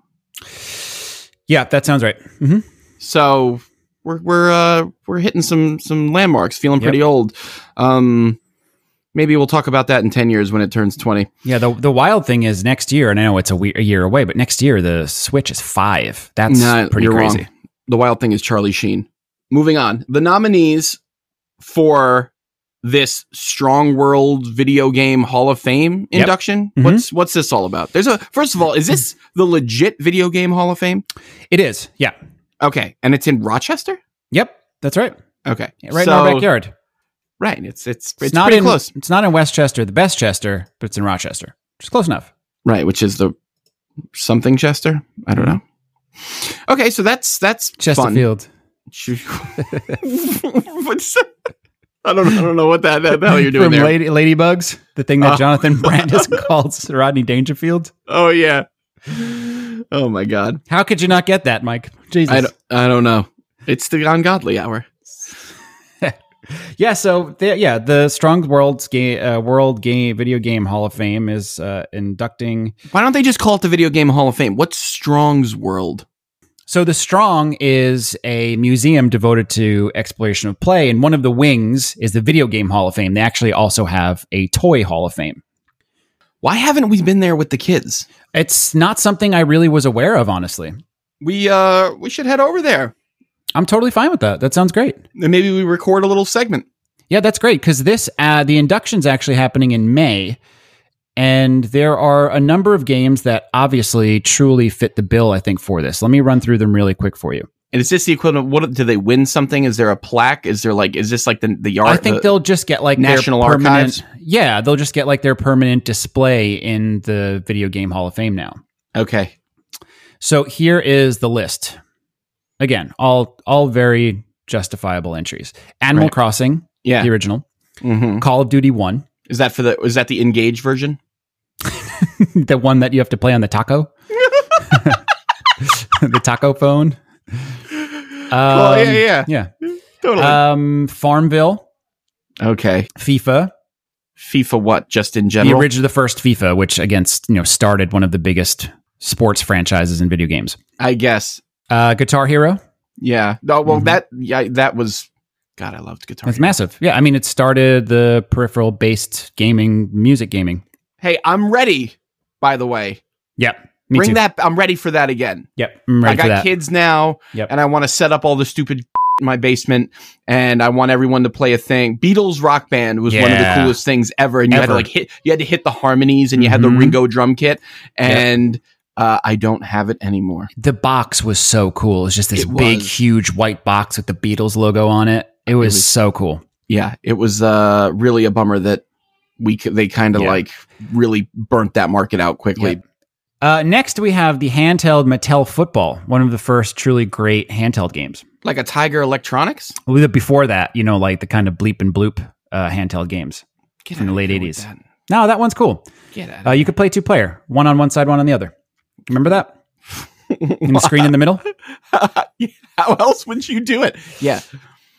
Yeah, that sounds right. hmm
So we're we're uh, we're hitting some some landmarks. Feeling
Yep.
pretty old. Um, maybe we'll talk about that in 10 years when it turns 20.
Yeah, the the wild thing is next year, and I know it's a, we- a year away, but next year the Switch is five. That's
Nah,
pretty
you're wrong.
crazy.
The wild thing is Charlie Sheen. Moving on. The nominees for this Strong World Video Game Hall of Fame
Yep.
induction.
Mhm.
What's what's this all about? There's a first of all, is this the legit video game Hall of Fame?
It is. Yeah.
Okay, and it's in Rochester.
Yep, that's right.
Okay,
Yeah, Right
So-
in our backyard.
Right, it's it's it's,
It's, not
pretty
in
close.
it's not in Westchester, the best Chester, but it's in Rochester. Just close enough.
Right, which is the something Chester. I don't know. Okay, so that's that's fun.
Chesterfield.
What's that? I don't I don't know what that, that the hell you're doing
From
there.
Lady, Ladybugs, the thing that
Oh.
Jonathan Brandis calls Rodney Dangerfield.
Oh yeah. Oh my god.
How could you not get that, Mike?
I
Jesus.
don't, I don't know. It's the ungodly hour.
Yeah, so the, yeah, the Strong World Game uh, World Game Video Game Hall of Fame is uh, inducting.
Why don't they just call it the Video Game Hall of Fame? What's Strong's World?
So the Strong is a museum devoted to exploration of play, and one of the wings is the Video Game Hall of Fame. They actually also have a Toy Hall of Fame.
Why haven't we been there with the kids?
It's not something I really was aware of, honestly.
We uh we should head over there.
I'm totally fine with that. That sounds great.
And maybe we record a little segment.
Yeah, that's great because this uh, the induction's actually happening in May, and there are a number of games that obviously truly fit the bill. I think for this, let me run through them really quick for you.
And is this the equivalent? What do they win something? Is there a plaque? Is there like is this like the the yard?
I think they'll just get like
National
their permanent,
Archives?
Yeah, they'll just get like their permanent display in the video game Hall of Fame now.
okay.
So here is the list. Again, all all very justifiable entries. Animal
Right.
Crossing,
Yeah.
the original.
Mhm.
Call of Duty One,
Is that for the is that the engage version?
the one that you have to play on the taco, the taco phone. Um,
Oh yeah, yeah,
yeah.
totally.
Um, Farmville,
uh, okay.
FIFA,
FIFA what? Just in
the
general.
original, the first FIFA, which against you know started one of the biggest sports franchises in video games.
I guess.
Uh, Guitar Hero,
Yeah. No, well
Mhm.
that yeah, that was God, I loved guitar.
that's
Hero.
massive. Yeah, I mean it started the peripheral based gaming, music gaming.
Hey, I'm ready, by the way.
Yep, me
Bring
too.
that I'm ready for that again.
Yep, I'm ready
I
for
got
that.
kids now
Yep.
and I want to set up all the stupid in my basement and I want everyone to play a thing. Beatles rock band was one of the
Yeah.
coolest things ever. And you had to
Ever.
like hit you had to hit the harmonies and you had the
Mhm.
Ringo drum kit. And uh, I don't have it anymore.
the box was so cool. It was just this
It
big,
was.
huge white box with the Beatles logo on it. It was,
was-
so cool.
Yeah, it was uh, really a bummer that we c- they kind of
Yeah.
like really burnt that market out quickly.
Yeah. Uh, next, we have the handheld Mattel Football, one of the first truly great handheld games.
Like a Tiger Electronics?
Well, Before that, you know, like the kind of bleep and bloop uh, handheld games
Get
From the
outta
late
here with
80s.
that.
No, that one's cool.
Get out.
Uh, you could play two player, one on one side, one on the other. Remember that? And the screen in the middle.
How else would you do it? Yeah.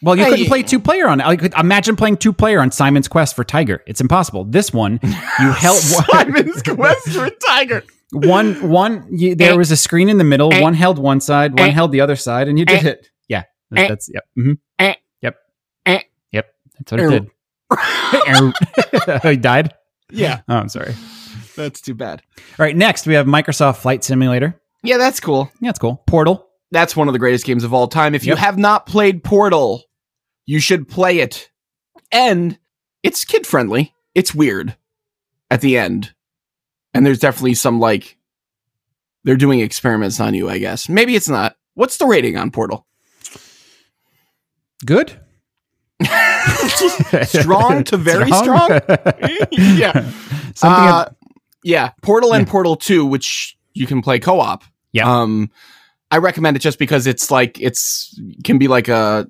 Well, you
Hey.
couldn't play two player on. I could imagine playing two player on Simon's Quest for Tiger. It's impossible. This one, you held
Simon's quest for a tiger.
one one. You, there was a screen in the middle.
Eh.
One held one side, one
Eh.
held the other side, and you did
Eh.
it. Yeah,
Eh.
that's yep. hmm
Eh.
Yep.
Eh. Er.
Yep. That's what it did. Oh, he died.
Yeah,
Oh, I'm sorry.
that's too bad.
All right, next we have Microsoft Flight Simulator.
Yeah, that's cool.
Yeah, it's cool. Portal.
That's one of the greatest games of all time. If you
Yep.
have not played Portal, you should play it. And it's kid friendly. It's weird at the end. And there's definitely some like they're doing experiments on you, I guess. Maybe it's not. What's the rating on Portal?
Good.
Strong to very yeah.
Something Hmm.
Uh, yeah, Portal and Portal Two, which you can play co-op.
Yeah.
Um, I recommend it just because it's like it's can be like a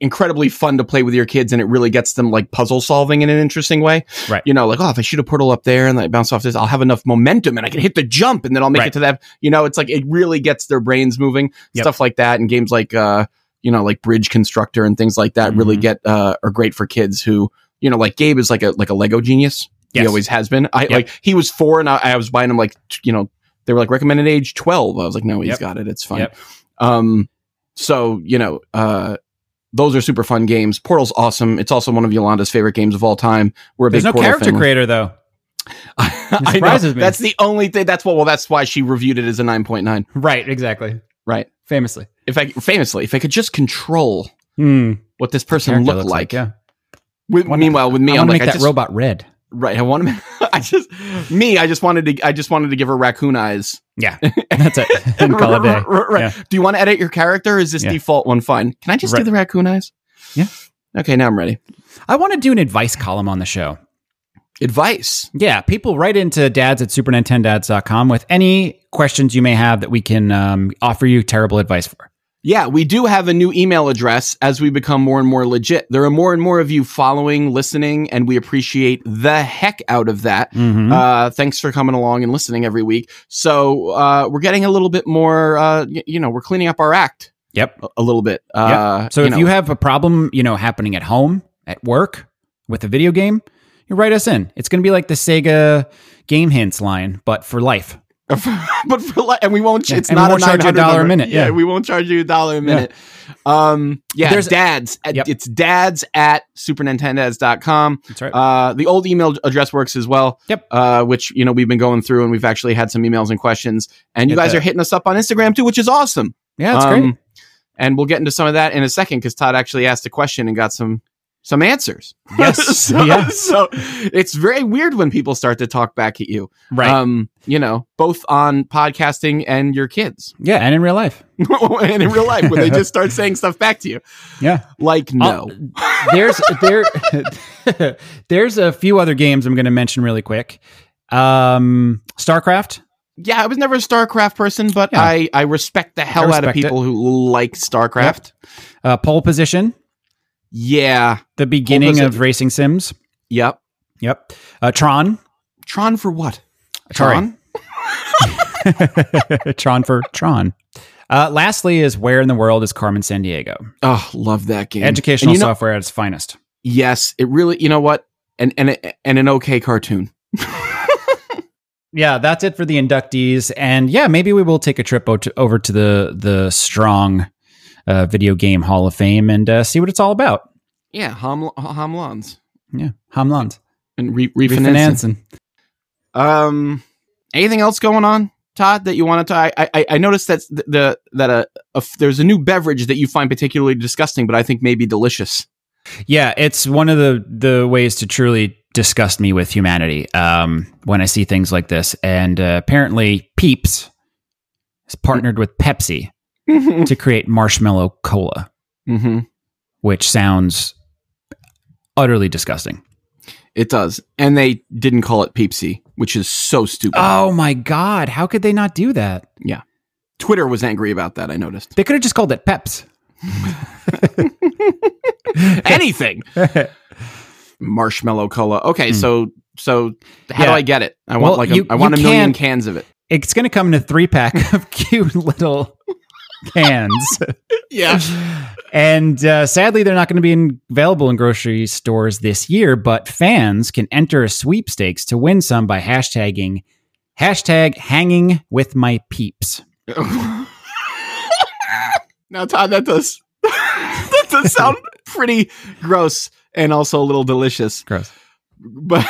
incredibly fun to play with your kids, and it really gets them like puzzle solving in an interesting way.
Right.
You know, like oh, if I shoot a portal up there and I bounce off this, I'll have enough momentum and I can hit the jump, and then I'll make
Right.
it to that. You know, it's like it really gets their brains moving.
Yep.
Stuff like that, and games like uh, you know, like Bridge Constructor and things like that really
Mhm.
get uh are great for kids who you know, like Gabe is like a like a Lego genius. He
Yes.
always has been. I
Yep.
like he was four, and I, I was buying him like t- you know they were like recommended age twelve. I was like, no, he's
Yep.
got it. It's fine.
Yep.
Um, so you know, uh, those are super fun games. Portal's awesome. It's also one of Yolanda's favorite games of all time. We're a
There's
big
no
Portal
character
family.
creator though.
I know.
surprises me.
That's the only thing. That's what. Well, that's why she reviewed it as a nine point nine.
Right, exactly.
Right.
Famously.
If I famously, if I could just control what this person
Hmm. Character
looked
looks
like.
yeah.
With,
Wonder-
meanwhile, with
I
me,
want
I'm
to
like,
make
I
that
just,
robot red.
right. I want to. I just me. I just wanted to. I just wanted to give her raccoon eyes.
Yeah. That's it. And call it a day.
Right.
Yeah.
Do you want to edit your character? Or is this
Yeah.
default one fine? Can I just do
Right.
the raccoon eyes?
Yeah.
Okay, now I'm ready.
I want to do an advice column on the show.
Advice.
Yeah, people write into dads at supernintendads.com with any questions you may have that we can um, offer you terrible advice for.
Yeah, we do have a new email address as we become more and more legit. There are more and more of you following, listening, and we appreciate the heck out of that.
Mm-hmm.
Uh, thanks for coming along and listening every week. So uh, we're getting a little bit more, uh, y- you know, we're cleaning up our act
yep.
a, a little bit. Uh,
So if
know.
you have a problem, you know, happening at home, at work, with a video game, you write us in. It's going to be like the Sega game hints line, but for life.
but for like, and we won't.
Yeah,
It's
and we
not
won't
a
charge you a
$900
dollar a minute, yeah.
we won't charge you a dollar a minute. Um, yeah,
There's-
dads. at-
Yep.
It's dads at supernintendas.com.
That's right.
Uh, the old email address works as well.
Yep.
Uh, which you know we've been going through, and we've actually had some emails and questions, and you
Get
guys
that.
are hitting us up on Instagram too, which is awesome.
yeah, that's
Um,
great.
And we'll get into some of that in a second because Todd actually asked a question and got some some answers.
Yes,
so,
yes.
so it's very weird when people start to talk back at you
Right.
um, you know, both on podcasting and your kids,
yeah, and in real life.
and in real life when they just start saying stuff back to you,
Yeah.
like no,
there's there there's a few other games I'm going to mention really quick. Um StarCraft.
yeah, I was never a StarCraft person, but
Yeah.
I I respect the hell out of
respect
people who like StarCraft.
uh, pole position,
Yeah,
the beginning
Posi-
of racing sims.
yep.
Yep. Uh, Tron.
Tron for what?
Sorry. Tron for Tron. Uh, lastly, is where in the world is Carmen San Diego?
Oh, love that game.
Educational
And you know-
software at its finest.
Yes, it really. You know what? And and and an okay cartoon.
Yeah, that's it for the inductees, and yeah, maybe we will take a trip o- to- over to the the strong uh, video game Hall of Fame and uh, see what it's all about.
Yeah, Hom Homlons
Yeah, Hamland
and re- refinancing.
refinancing.
Um, anything else going on, Todd? That you want to? I I, I noticed that the, the that a, a f- there's a new beverage that you find particularly disgusting, but I think maybe delicious.
Yeah, it's one of the the ways to truly disgust me with humanity um, when I see things like this. And uh, apparently, Peeps is partnered with Pepsi
mm-hmm.
to create Marshmallow Cola, which sounds utterly disgusting.
It does, and they didn't call it Peepsy, which is so stupid.
Oh my god, how could they not do that?
Twitter was angry about that. I noticed.
They could have just called it Peps.
anything. Marshmallow cola. Okay, so So how
Hmm. Yeah.
do I get it? I want
Well,
like a,
you-
I want a
you
million
can-
cans of it.
It's going to come in a three pack of cute little cans.
Yeah.
And uh, sadly, they're not going to be in- available in grocery stores this year, but fans can enter a sweepstakes to win some by hashtagging hashtag hanging with my peeps.
now, Todd, that does that does sound pretty gross and also a little delicious.
Gross.
But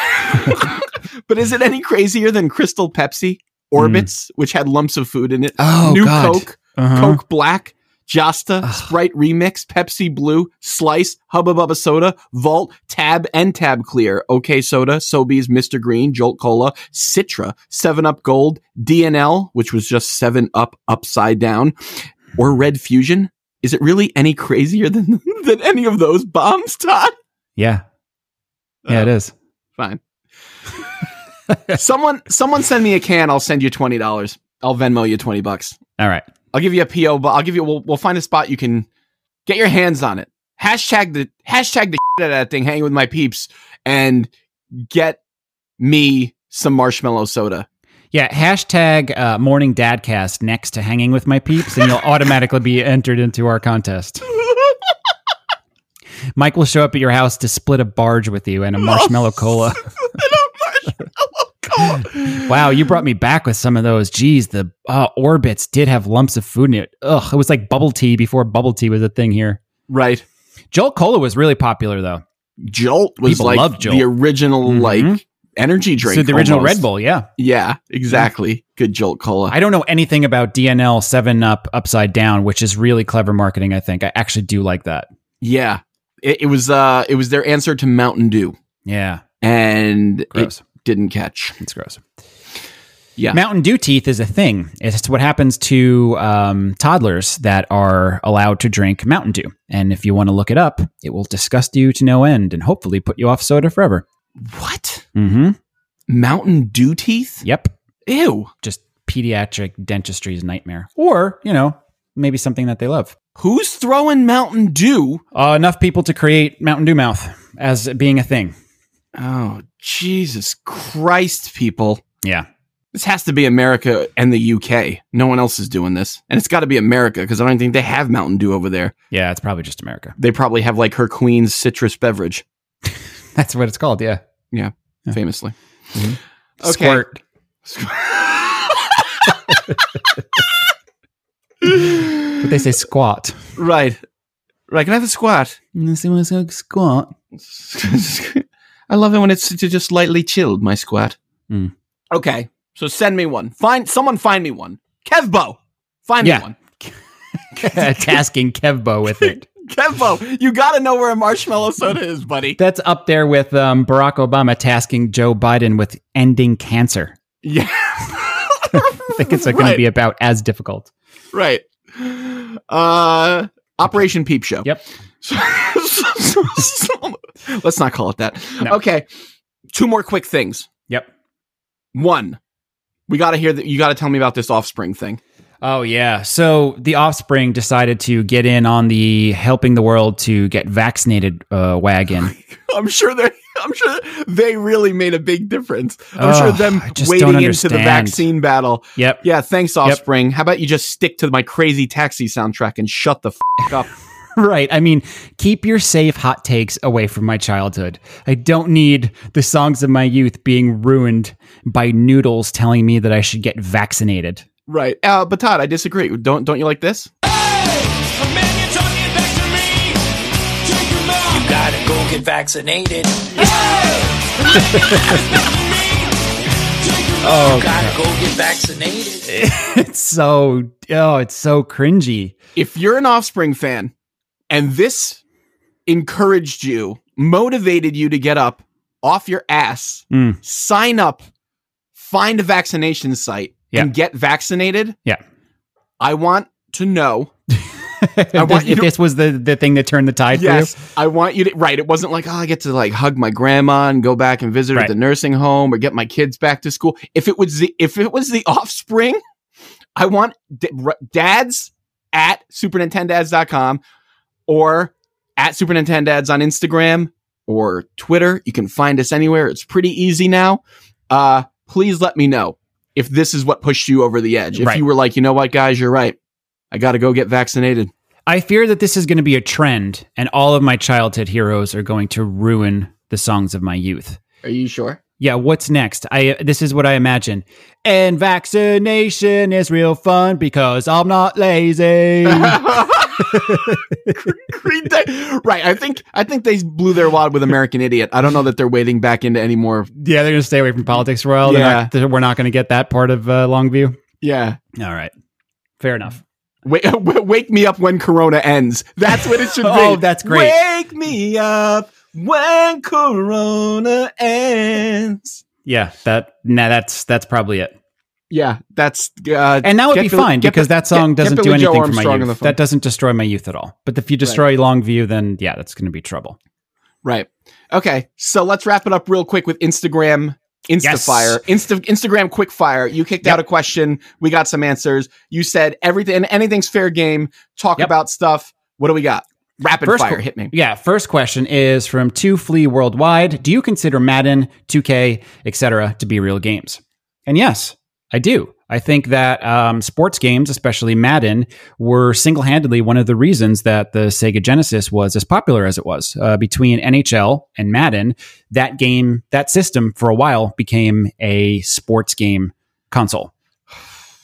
but is it any crazier than Crystal Pepsi, Orbits, which had lumps of food in it,
Mm. Oh,
New
God.
Coke,
Uh-huh.
Coke Black, Josta,
Ugh.
Sprite Remix, Pepsi Blue, Slice, Hubba Bubba Soda, Vault, Tab, and Tab Clear, OK Soda, Sobeys, Mr. Green, Jolt Cola, Citra, 7 Up Gold, DNL, which was just 7 Up Upside Down, or Red Fusion. Is it really any crazier than, than any of those bombs, Todd?
Yeah. Yeah,
Uh,
it is.
Fine. someone someone send me a can, I'll send you $20. I'll Venmo you 20 bucks.
All right.
I'll give you a PO, but I'll give you. We'll, we'll find a spot you can get your hands on it. Hashtag the hashtag the shit out of that thing. Hang with my peeps and get me some marshmallow soda.
Yeah, hashtag uh, morning dadcast next to hanging with my peeps, and you'll automatically be entered into our contest. Mike will show up at your house to split a barge with you and a marshmallow cola. Wow, you brought me back with some of those. Geez, the uh, orbits did have lumps of food in it. Ugh, it was like bubble tea before bubble tea was a thing here.
Right,
Jolt Cola was really popular though.
Jolt was
People
like
love Jolt.
the original
Mhm.
like energy drink.
so the original
almost.
Red Bull, yeah.
Yeah, exactly. Good Jolt cola.
I don't know anything about DNL Seven Up Upside Down, which is really clever marketing. I think I actually do like that.
yeah, it, it was. Uh, it was their answer to Mountain Dew,
Yeah,
and
gross.
it didn't catch.
it's gross.
Yeah.
Mountain Dew teeth is a thing. It's what happens to um, toddlers that are allowed to drink Mountain Dew. And if you want to look it up, it will disgust you to no end and hopefully put you off soda forever.
What?
Mm-hmm.
Mountain Dew teeth?
Yep.
Ew.
Just pediatric dentistry's nightmare. Or, you know, maybe something that they love.
Who's throwing Mountain Dew?
Uh, enough people to create Mountain Dew mouth as being a thing.
Oh, Jesus Christ, people.
Yeah.
This has to be America and the UK. No one else is doing this. And it's got to be America because I don't think they have Mountain Dew over there.
Yeah, it's probably just America.
They probably have like her Queen's citrus beverage,
That's what it's called. Yeah. Mm-hmm.
famously. Okay.
Squirt. But they say squat.
right. Right. Can I have a squat?
Squat.
I love it when it's just lightly chilled, my squat.
Mm.
Okay. So send me one. Find someone find me one. Kevbo. Find
Yeah.
me one.
Tasking Kevbo with it.
Kevbo, you gotta know where a marshmallow soda is, buddy.
That's up there with um, Barack Obama tasking Joe Biden with ending cancer.
Yeah.
I think it's going to be about as difficult.
right. Uh Operation Peep Show.
Yep.
Let's not call it that.
No.
Okay. Two more quick things.
Yep.
One, we gotta hear that you gotta tell me about this offspring thing.
Oh yeah. So the offspring decided to get in on the helping the world to get vaccinated uh, wagon.
I'm sure they I'm sure they really made a big difference. I'm
Ugh,
sure them
I just
wading
don't
into the
understand.
vaccine battle
Yep.
Yeah, thanks, Offspring. How about you just stick to my crazy taxi soundtrack and shut the f- up?
Right. I mean, keep your safe hot takes away from my childhood. I don't need the songs of my youth being ruined by noodles telling me that I should get vaccinated.
Right. Uh, but Todd, I disagree. Don't don't you like this?
Gotta go get vaccinated. oh, gotta go get vaccinated.
It's so oh, it's so cringy.
If you're an Offspring fan and this encouraged you, motivated you to get up off your ass,
Mm.
sign up, find a vaccination site,
Yeah.
and get vaccinated.
Yeah.
I want to know
if
I want
this,
you
if
to-
this was the, the thing that turned the tide for you.
Yes, I want you to. Right, it wasn't like oh, I get to like hug my grandma and go back and visit her
Right.
at the nursing home or get my kids back to school. If it was the if it was the offspring, I want d- r- dads at supernintendads.com or at supernintendads on Instagram or Twitter. You can find us anywhere. It's pretty easy now. Uh, please let me know if this is what pushed you over the edge. If
Right.
you were like, you know what, guys, you're right. I got to go get vaccinated.
I fear that this is going to be a trend, and all of my childhood heroes are going to ruin the songs of my youth.
Are you sure?
Yeah, what's next? I this is what I imagine. And vaccination is real fun because I'm not lazy.
Green Day. Right. I think I think they blew their wad with American Idiot. I don't know that they're wading back into any more.
Yeah, they're going to stay away from politics for a while. They're
Yeah.
not- they're- we're not going to get that part of uh, Longview.
Yeah.
All right. Fair enough.
Wake, wake me up when Corona ends. That's what it should be.
Oh, that's great.
Wake me up when Corona ends.
Yeah, that nah, that's that's probably it.
Yeah, that's uh,
And that would
get
be
Billy-
fine
get
because
Bi-
that song
get- get
doesn't do
Billy Joe
anything for my
Armstrong on the
youth.
phone.
That doesn't destroy my youth at all. But if you destroy Longview, then yeah, that's going to be trouble.
right. Okay, so let's wrap it up real quick with Instagram.
Yes.
Instafire, Insta, Instagram quick fire. You kicked out a question. We got some answers. You said everything and anything's fair game. Talk
Yep.
about stuff. What do we got? Rapid
First
fire.
qu-
Hit me.
Yeah, first question is from Two Flea Worldwide. Do you consider Madden, 2K, etc. to be real games? And yes, I do. I think that um, sports games, especially Madden, were single handedly one of the reasons that the Sega Genesis was as popular as it was. Uh, between NHL and Madden, that game, that system for a while became a sports game console.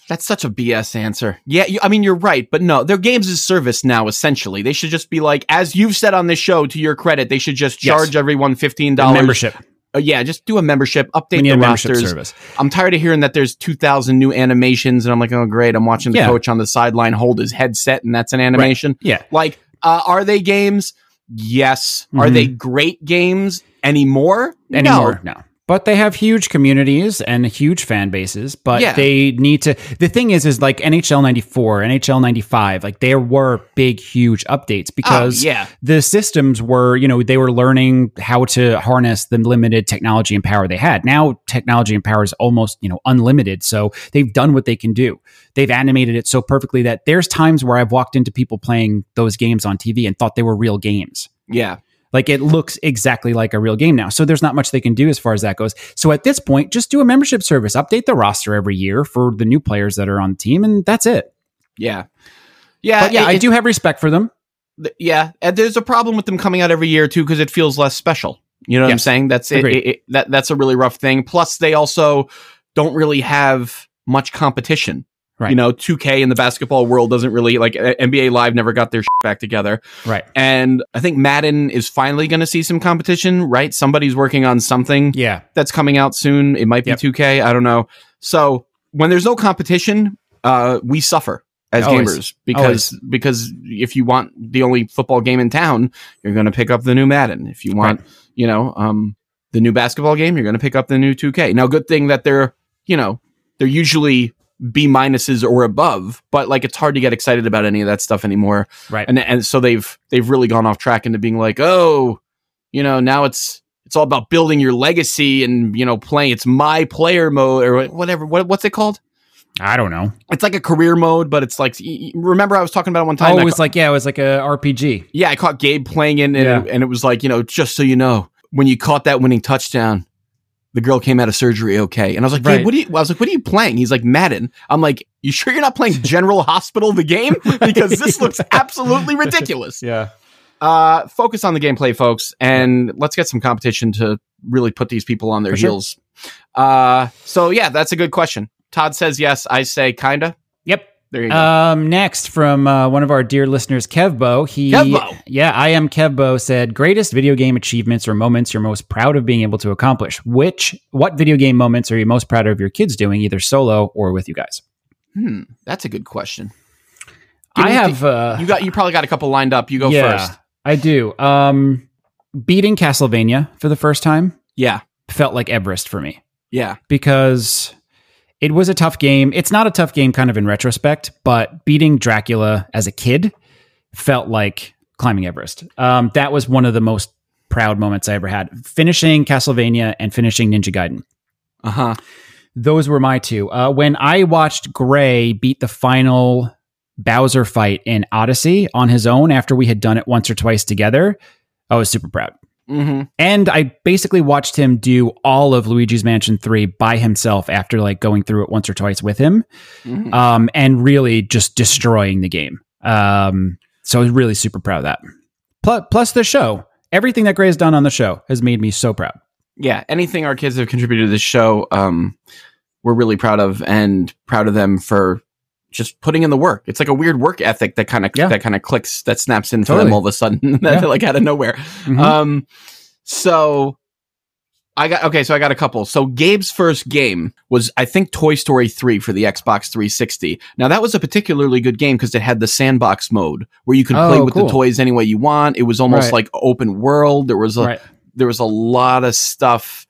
That's such a BS answer. Yeah, you, I mean you're right, but no, their games is service now. Essentially, they should just be like, as you've said on this show. To your credit, they should just
Yes.
charge everyone fifteen
The
dollars.
membership.
Uh, yeah, just do a membership. Update
We need
the
a membership
rosters.
service.
I'm tired of hearing that there's two thousand new animations, and I'm like, oh great, I'm watching the
Yeah.
coach on the sideline hold his headset, and that's an animation.
Yeah.
Like, uh, are they games? Yes. Are
Mhm.
they great games anymore? No.
anymore. No. But they have huge communities and huge fan bases, but
Yeah.
they need to the thing is is like NHL 94, NHL 95, like there were big huge updates because
yeah.
the systems were, you know, they were learning how to harness the limited technology and power they had. Now technology and power is almost, you know, unlimited, so they've done what they can do. They've animated it so perfectly that there's times where I've walked into people playing those games on TV and thought they were real games.
Yeah.
Like it looks exactly like a real game now. So there's not much they can do as far as that goes. So at this point, just do a membership service, update the roster every year for the new players that are on the team, and that's it.
Yeah. Yeah.
But yeah,
Uh, it-
I
it-
do have respect for them.
th- yeah and there's a problem with them coming out every year too because it feels less special you know what i'm
Yes.
saying that's it,
Agreed.
it, it- that that's a really rough thing plus they also don't really have much competition
Right.
you know 2k in the basketball world doesn't really like uh, nba live never got their shit back together
Right.
and i think madden is finally going to see some competition right somebody's working on something
Yeah.
that's coming out soon it might be
Yep.
2k i don't know so when there's no competition uh we suffer as
Always.
gamers because because if you want the only football game in town, you're going to pick up the new Madden. If you want, you know, um, the new basketball game, you're going to pick up the new 2K. Now, good thing that they're you know they're usually B minuses or above, but like it's hard to get excited about any of that stuff anymore.
Right.
And and so they've they've really gone off track into being like, oh, you know, now it's it's all about building your legacy and you know playing. It's my player mode or whatever. What what's it called?
I don't know.
it's like a career mode, but it's like y- y- remember I was talking about it one time.
Oh,
I
it was
ca-
like yeah, it was like a RPG.
yeah, I caught Gabe playing it, and, it-
Yeah.
and it was like you know, just so you know, when you caught that winning touchdown, the girl came out of surgery okay, and I was like,
Right.
Gabe, what are you? I was like, what are you playing? He's like Madden. I'm like, you sure you're not playing General Hospital the game because this looks absolutely ridiculous.
Yeah.
Uh, focus on the gameplay, folks, and let's get some competition to really put these people on their
For sure.
heels. Uh, so yeah, that's a good question. Todd says yes. I say kinda.
Yep.
There you go.
Um, next from uh, one of our dear listeners, Kevbo. He,
Kevbo.
yeah, I am Kevbo said, greatest video game achievements or moments you're most proud of being able to accomplish. Which, what video game moments are you most proud of your kids doing, either solo or with you guys?
Hmm, that's a good question. Give
I
me-
have, uh,
You got you probably got a couple lined up. You go
yeah,
first.
I do. Um, beating Castlevania for the first time
Yeah.
felt like Everest for me.
Yeah.
because it was a tough game. It's not a tough game kind of in retrospect, but beating Dracula as a kid felt like climbing Everest. Um, that was one of the most proud moments I ever had. Finishing Castlevania and finishing Ninja Gaiden.
Uh-huh.
Those were my two. Uh, when I watched Gray beat the final Bowser fight in Odyssey on his own after we had done it once or twice together, I was super proud.
Mm-hmm.
And I basically watched him do all of Luigi's Mansion 3 by himself after like going through it once or twice with him
Mhm.
um, and really just destroying the game. Um, so I was really super proud of that. Plus, plus the show. Everything that Gray's done on the show has made me so proud.
Yeah. Anything our kids have contributed to this show, um, we're really proud of and proud of them for just putting in the work. It's like a weird work ethic that kind of
Yeah.
that kind of clicks that snaps in for
Totally.
them all of a sudden,
Yeah.
like out of nowhere.
Mhm.
Um, so I got okay. So I got a couple. So Gabe's first game was I think Toy Story three for the Xbox 360. Now that was a particularly good game because it had the sandbox mode where you could play
Oh,
with
cool.
the toys any way you want. It was almost
Right.
like open world. There was a
Right.
there was a lot of stuff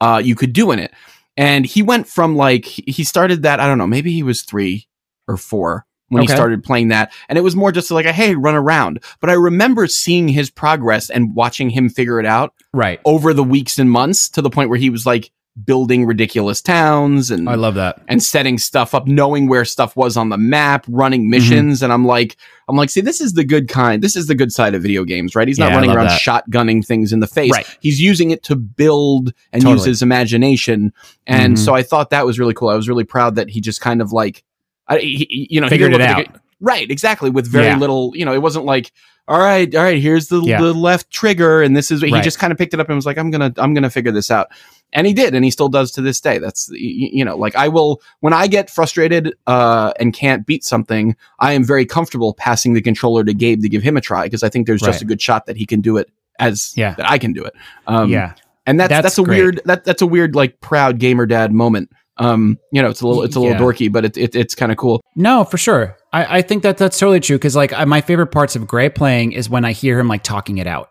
uh, you could do in it. And he went from like he he started that I don't know maybe he was three or four when
Okay.
he started playing that, and it was more just like a hey run around. But I remember seeing his progress and watching him figure it out
Right.
over the weeks and months to the point where he was like building ridiculous towns and
I love that.
and setting stuff up, knowing where stuff was on the map,
Mm-hmm.
running missions, and I'm like, I'm like, see, this is the good kind. This is the good side of video games, right? He's not
Yeah, I
running
love
around
that.
shotgunning things in the face.
Right.
He's using it to build and use
Totally.
his imagination. And
Mhm.
so I thought that was really cool. I was really proud that he just kind of like, I, he- he- you know, he
Figured it
didn't look
out.
like a- right, exactly. With very
Yeah.
little, you know, it wasn't like. All right, all right. Here's the,
Yeah.
the left trigger, and this is what he
Right.
just kind of picked it up and was like, "I'm gonna, I'm gonna figure this out." and he did and he still does to this day that's y- y- you know like i will when i get frustrated uh and can't beat something i am very comfortable passing the controller to gabe to give him a try because i think there's
Right.
just a good shot that he can do it as
Yeah.
that i can do it um
yeah.
and that's
That's
that's, a
great.
weird that that's a weird like proud gamer dad moment um you know it's a little it's a little
Yeah.
dorky but it, it it's kind of cool
No, for sure. I, I think that that's totally true because like I, my favorite parts of Gray playing is when I hear him like talking it out.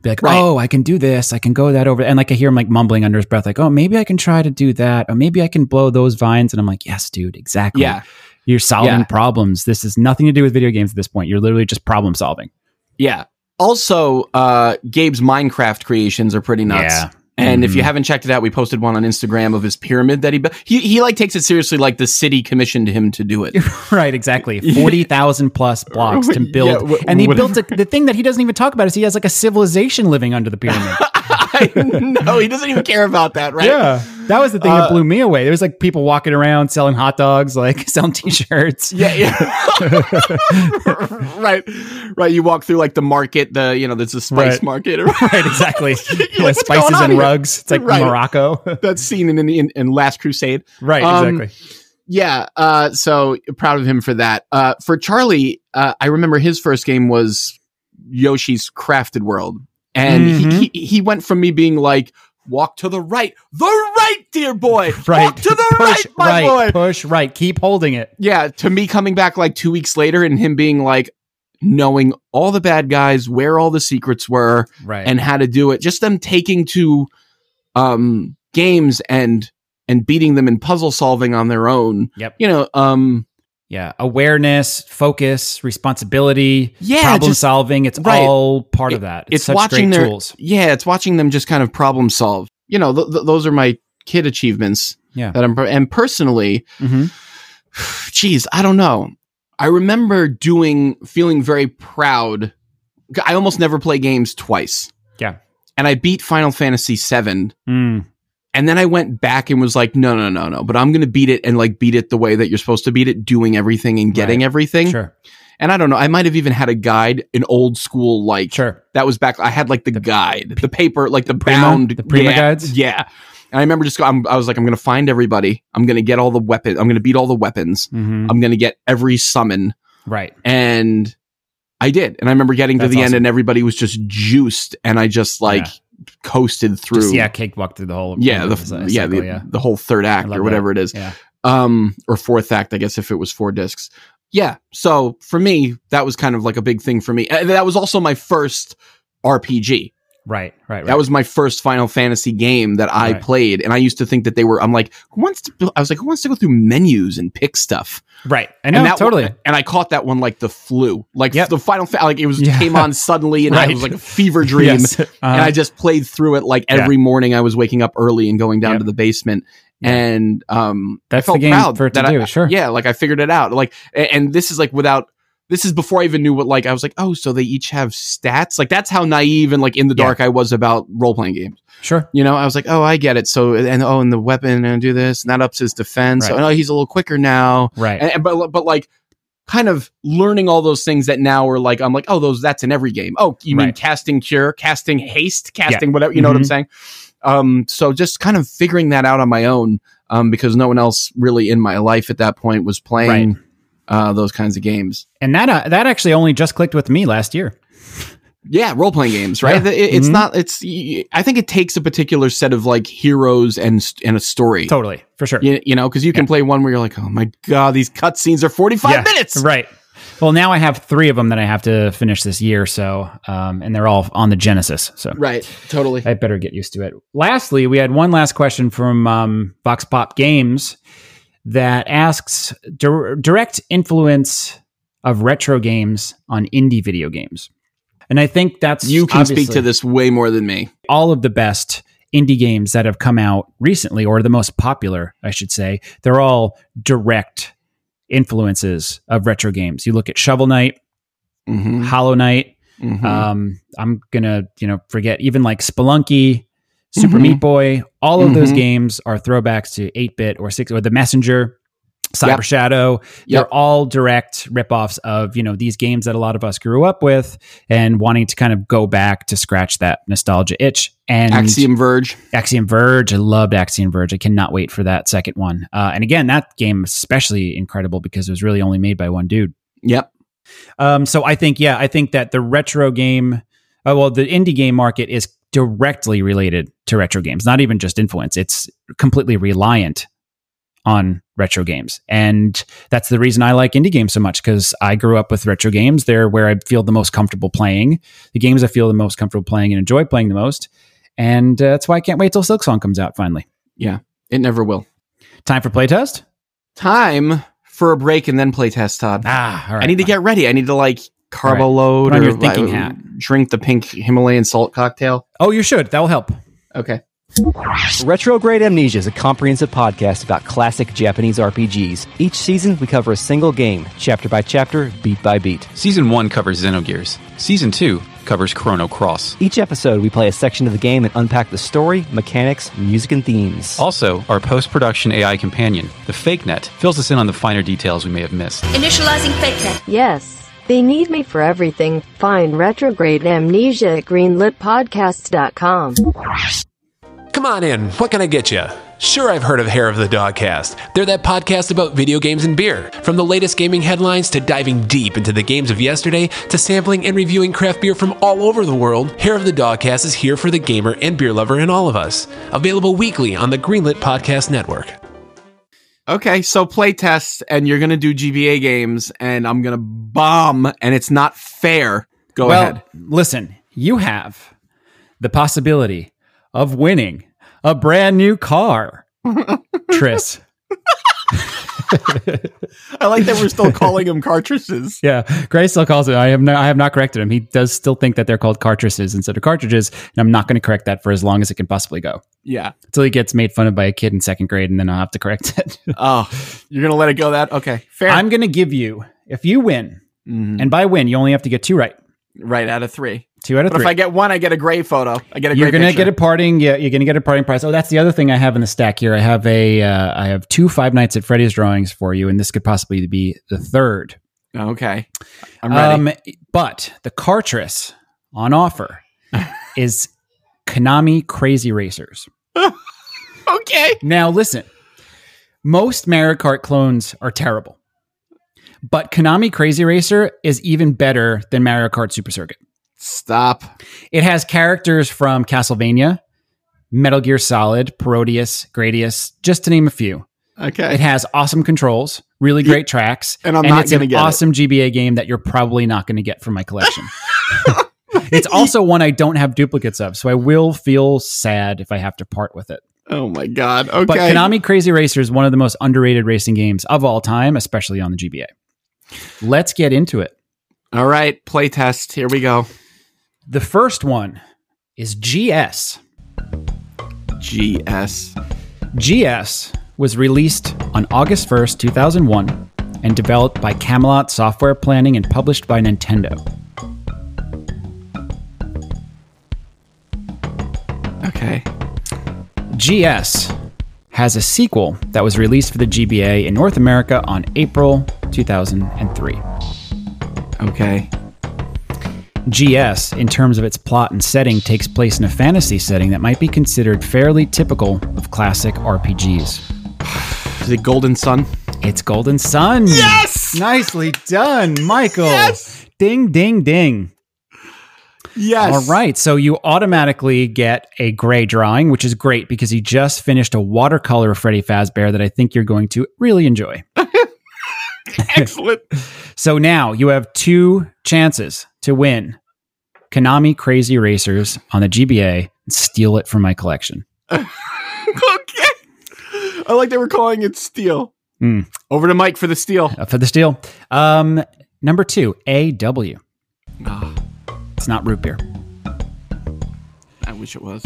Be like,
Right.
oh, I can do this. I can go that over. And like I hear him like mumbling under his breath, like, oh, maybe I can try to do that. Or maybe I can blow those vines. And I'm like, yes, dude, exactly.
yeah
You're solving
Yeah.
problems. This is nothing to do with video games at this point. You're literally just problem solving.
yeah also uh gabe's minecraft creations are pretty nuts
Yeah.
And if you
Mhm.
haven't checked it out, we posted one on Instagram of his pyramid that he built. He, he like takes it seriously, like the city commissioned him to do it.
Right, exactly. 40,000 plus blocks to
Yeah,
build.
wh-
and he
whatever.
built a, the thing that he doesn't even talk about is he has like a civilization living under the pyramid.
I know he doesn't even care about that, right?
Yeah. Uh, That was the thing that blew me away. There was like people walking around selling hot dogs, like selling t-shirts.
Yeah, yeah. right, right. You walk through like the market, the you know, there's a spice
Right.
market.
Right, exactly.
like,
With
"What's going
spices
on
and
here?"
rugs. It's like
Right.
Morocco.
That's seen in, in in Last Crusade.
right,
Um,
exactly.
Yeah, uh, so proud of him for that. Uh, for Charlie, uh, I remember his first game was Yoshi's Crafted World, and
Mm-hmm.
he, he he went from me being like, "Walk to the right, the right, dear boy,
Right.
walk to the
push
right, my boy."
Push right. Keep holding it.
Yeah, to me coming back like two weeks later and him being like, knowing all the bad guys, where all the secrets were,
Right.
and how to do it. Just them taking to um, games and and beating them in puzzle solving on their own.
Yep.
You know, um,
yeah, awareness, focus, responsibility,
Yeah,
problem
just-
solving, it's
right.
all part of that. It's,
it's
such
watching
great
their-
tools.
yeah, it's watching them just kind of problem solve. You know, th- th- those are my kid achievements.
Yeah.
That I'm and personally,
Mm-hmm.
geez, I don't know. I remember doing feeling very proud. I almost never play games twice.
Yeah.
And I beat Final Fantasy VII,
Mm.
and then I went back and was like, no, no, no, no. But I'm gonna beat it and like beat it the way that you're supposed to beat it, doing everything and getting
Right.
everything.
Sure.
And I don't know. I might have even had a guide, an old school like
Sure.
that was back. I had like the, guide, the paper, like the,
Prima?
bound,
The Prima
yeah,
guides?
Yeah, and I remember just go, I'm, I was like, I'm gonna find everybody. I'm gonna get all the weapons. I'm gonna beat all the weapons.
Mhm.
I'm gonna get every summon,
Right.
and I did. And I remember getting to
That's
the end,
awesome.
and everybody was just juiced, and I just like coasted through.
Just, yeah, cakewalk through the whole
Yeah, the,
cycle,
yeah, the,
yeah.
the whole third act
love
or whatever it is,
Yeah.
um, or fourth act, I guess if it was four discs. Yeah, so for me, that was kind of like a big thing for me. Uh, That was also my first RPG.
Right, right, right.
That was my first Final Fantasy game that I
Right.
played, and I used to think that they were. I'm like, who wants to? build- I was like, who wants to go through menus and pick stuff?
right. I know,
and that
totally.
One, and I caught that one like the flu, like
Yep.
the Final Fa- like it was
Yeah.
came on suddenly, and
Right.
I was like a fever dream.
Yes.
And I
Uh,
just played through it like
Yeah.
every morning. I was waking up early and going down
Yep.
to the basement,
Yeah.
and um, I
That's
felt
the game
proud
for it to
that I-
do, sure.
yeah, like I figured it out. Like, a- and, this is like without this is before I even knew what like I was like, oh, so they each have stats. Like that's how naive and like in the
Yeah.
dark I was about role playing games.
Sure.
You know, I was like, oh, I get it. So and oh, and the weapon and do this and that ups his defense.
Right.
Oh, no, he's a little quicker now.
Right.
And, and- but but like kind of learning all those things that now are like I'm like oh those that's in every game. Oh, you mean
Right.
casting cure, casting haste, casting whatever. You know what I'm
Mhm.
saying? Um, so just kind of figuring that out on my own um, because no one else really in my life at that point was playing uh, those kinds of games.
and that uh, that actually only just clicked with me last year.
Yeah, role playing games, right?
Yeah.
It- it's
Mhm.
not. It's. y- I think it takes a particular set of like heroes and st- and a story.
Totally, for sure.
You, you know, because you can play one where you're like, oh my god, these cutscenes are 45
Yeah,
minutes.
Right. Well, now I have three of them that I have to finish this year. So, um, and they're all on the Genesis. So,
Right. Totally.
I better get used to it. Lastly, we had one last question from um, Vox Pop Games that asks dir- direct influence of retro games on indie video games. And I think that's
you can speak
obviously
to this way more than me.
all of the best indie games that have come out recently, or the most popular, I should say, they're all direct influences of retro games. You look at Shovel Knight,
Mm-hmm.
Hollow Knight,
Mhm.
um, I'm gonna, you know, forget even like Spelunky, Super
Mhm.
Meat Boy. All of those
Mhm.
games are throwbacks to 8-bit or 6 or the Messenger, Cyber
Yep.
Shadow.
Yep.
They're all direct ripoffs of you know these games that a lot of us grew up with and wanting to kind of go back to scratch that nostalgia itch. And
Axiom Verge.
Axiom Verge. I loved Axiom Verge. I cannot wait for that second one. Uh, and again, that game especially incredible because it was really only made by one dude.
Yep.
Um, so I think, yeah, I think that the retro game, uh, well, the indie game market is directly related to retro games, not even just influence. It's completely reliant on retro games. And that's the reason I like indie games so much because I grew up with retro games. They're where I feel the most comfortable playing, the games I feel the most comfortable playing and enjoy playing the most. And uh, that's why I can't wait till Silk Song comes out finally.
It never will.
Time for playtest?
Time for a break and then play test, Todd.
Ah, all right.
I need to
fine.
get ready. I need to like carbo
All
load
Put on
or
your thinking
uh,
hat.
drink the pink Himalayan salt cocktail.
Oh, you should. That will help.
Okay.
Retrograde Amnesia is a comprehensive podcast about classic Japanese RPGs. Each season, we cover a single game, chapter by chapter, beat by beat.
Season 1 covers Xenogears. Season 2 covers Chrono Cross.
Each episode, we play a section of the game and unpack the story, mechanics, music, and themes.
Also, our post production AI companion, the FakeNet, fills us in on the finer details we may have missed.
Initializing FakeNet.
Yes, they need me for everything. Find retrograde amnesia at greenlitpodcasts.com.
Come on in. What can I get you? Sure, I've heard of Hair of the Dogcast. They're that podcast about video games and beer. From the latest gaming headlines to diving deep into the games of yesterday to sampling and reviewing craft beer from all over the world, Hair of the Dogcast is here for the gamer and beer lover in all of us. Available weekly on the Greenlit Podcast Network.
Okay. So play test and you're going to do GBA games and I'm going to bomb and it's not fair. Go
well,
ahead.
listen, you have the possibility of winning a brand new car, Tris.
I like that we're still calling them cartridges.
Yeah, Gray still calls it. I have no, I have not corrected him. He does still think that they're called cartridges instead of cartridges, and I'm not going to correct that for as long as it can possibly go
Yeah.
until he gets made fun of by a kid in second grade, and then I'll have to correct it.
Oh, you're going to let it go that? Okay. Fair.
I'm going to give you if you win,
Mhm.
and by win you only have to get two right,
right out of three.
two out of
But
three.
if I get one, I get a gray photo. I get a
you're
gray
gonna
picture.
get a parting yeah you're gonna get a parting prize oh that's the other thing i have in the stack here i have a uh, i have two five nights at freddy's drawings for you and this could possibly be the third
Okay. I'm ready.
Um, but the cartress on offer is konami crazy racers
okay.
now listen most mario kart clones are terrible but konami crazy racer is even better than mario kart super circuit
Stop.
It has characters from Castlevania, Metal Gear Solid, Parodius, Gradius, just to name a few. It
Okay.
has awesome controls, really great tracks,
And I'm not
it's
gonna
an
get it.
awesome GBA game that you're probably not going to get from my collection. it's also one I don't have duplicates of, so I will feel sad if I have to part with it.
Oh my god. Okay.
But Konami Crazy Racer is one of the most underrated racing games of all time, especially on the GBA. Let's get into it.
All right. Play test. Here we go.
The first one is GS.
GS.
GS was released on August 1st, 2001, and developed by Camelot Software Planning and published by Nintendo.
Okay.
GS has a sequel that was released for the GBA in North America on April 2003.
Okay.
GS, in terms of its plot and setting, takes place in a fantasy setting that might be considered fairly typical of classic RPGs.
Is it Golden Sun?
It's Golden Sun. Yes! Nicely done, Michael. Yes! Ding, ding, ding.
Yes.
All right. So you automatically get a gray drawing, which is great because he just finished a watercolor of Freddy Fazbear that I think you're going to really enjoy.
Excellent.
So now you have two chances to win Konami Crazy Racers on the GBA and steal it from my collection.
okay. I like they were calling it steel.
Hmm.
Over to Mike for the steel.
Uh, for the steal. Um, number two, AW.
Ah,
It's not root beer.
I wish it was.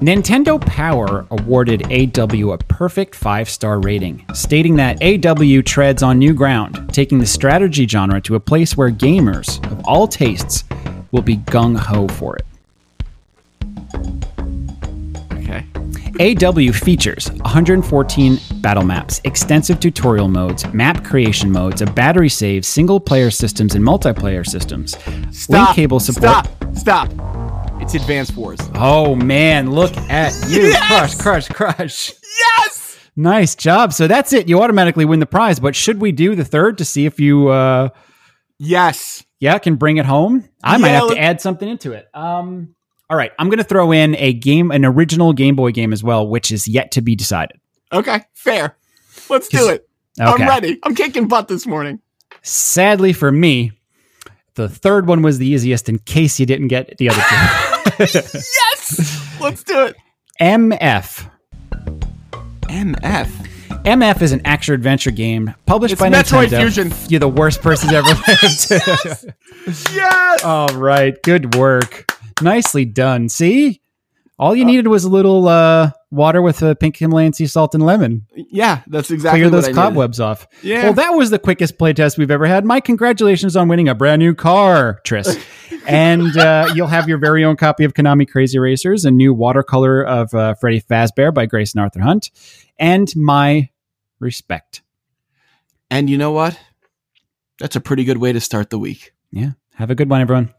Nintendo Power awarded AW a perfect five star rating, stating that AW treads on new ground, taking the strategy genre to a place where gamers of all tastes will be gung ho for it.
Okay.
AW features 114 battle maps, extensive tutorial modes, map creation modes, a battery save, single player systems, and multiplayer systems.
Stop.
Link cable support.
Stop. Stop. It's Advanced Wars.
Oh man, look at you. Crush, crush, crush.
Yes.
Nice job. So that's it. You automatically win the prize. But should we do the third to see if you, uh,
Yes.
yeah, can bring it home? I might
Yeah,
have to
let-
add something into it. Um, all right, I'm going to throw in a game, an original Game Boy game as well, which is yet to be decided.
Okay. Fair. Let's do it.
Okay.
I'm ready. I'm kicking butt this morning.
Sadly for me, the third one was the easiest. In case you didn't get the other two,
Yes. Let's do it.
MF.
MF.
MF is an action adventure game published
It's
by
Metroid
Nintendo.
Fusion.
You're the worst person to ever lived.
Yes.
All right, good work. Nicely done. See? All you needed was a little uh, water with a pink Himalayan sea salt and lemon.
yeah. That's exactly
Clear
what
those
I needed.
cobwebs off.
Yeah.
Well, that was the quickest playtest we've ever had. My congratulations on winning a brand new car, Tris. and uh, you'll have your very own copy of Konami Crazy Racers, a new watercolor of uh, Freddy Fazbear by Grace and Arthur Hunt, and my respect.
And you know what? That's a pretty good way to start the week.
Yeah. Have a good one, everyone.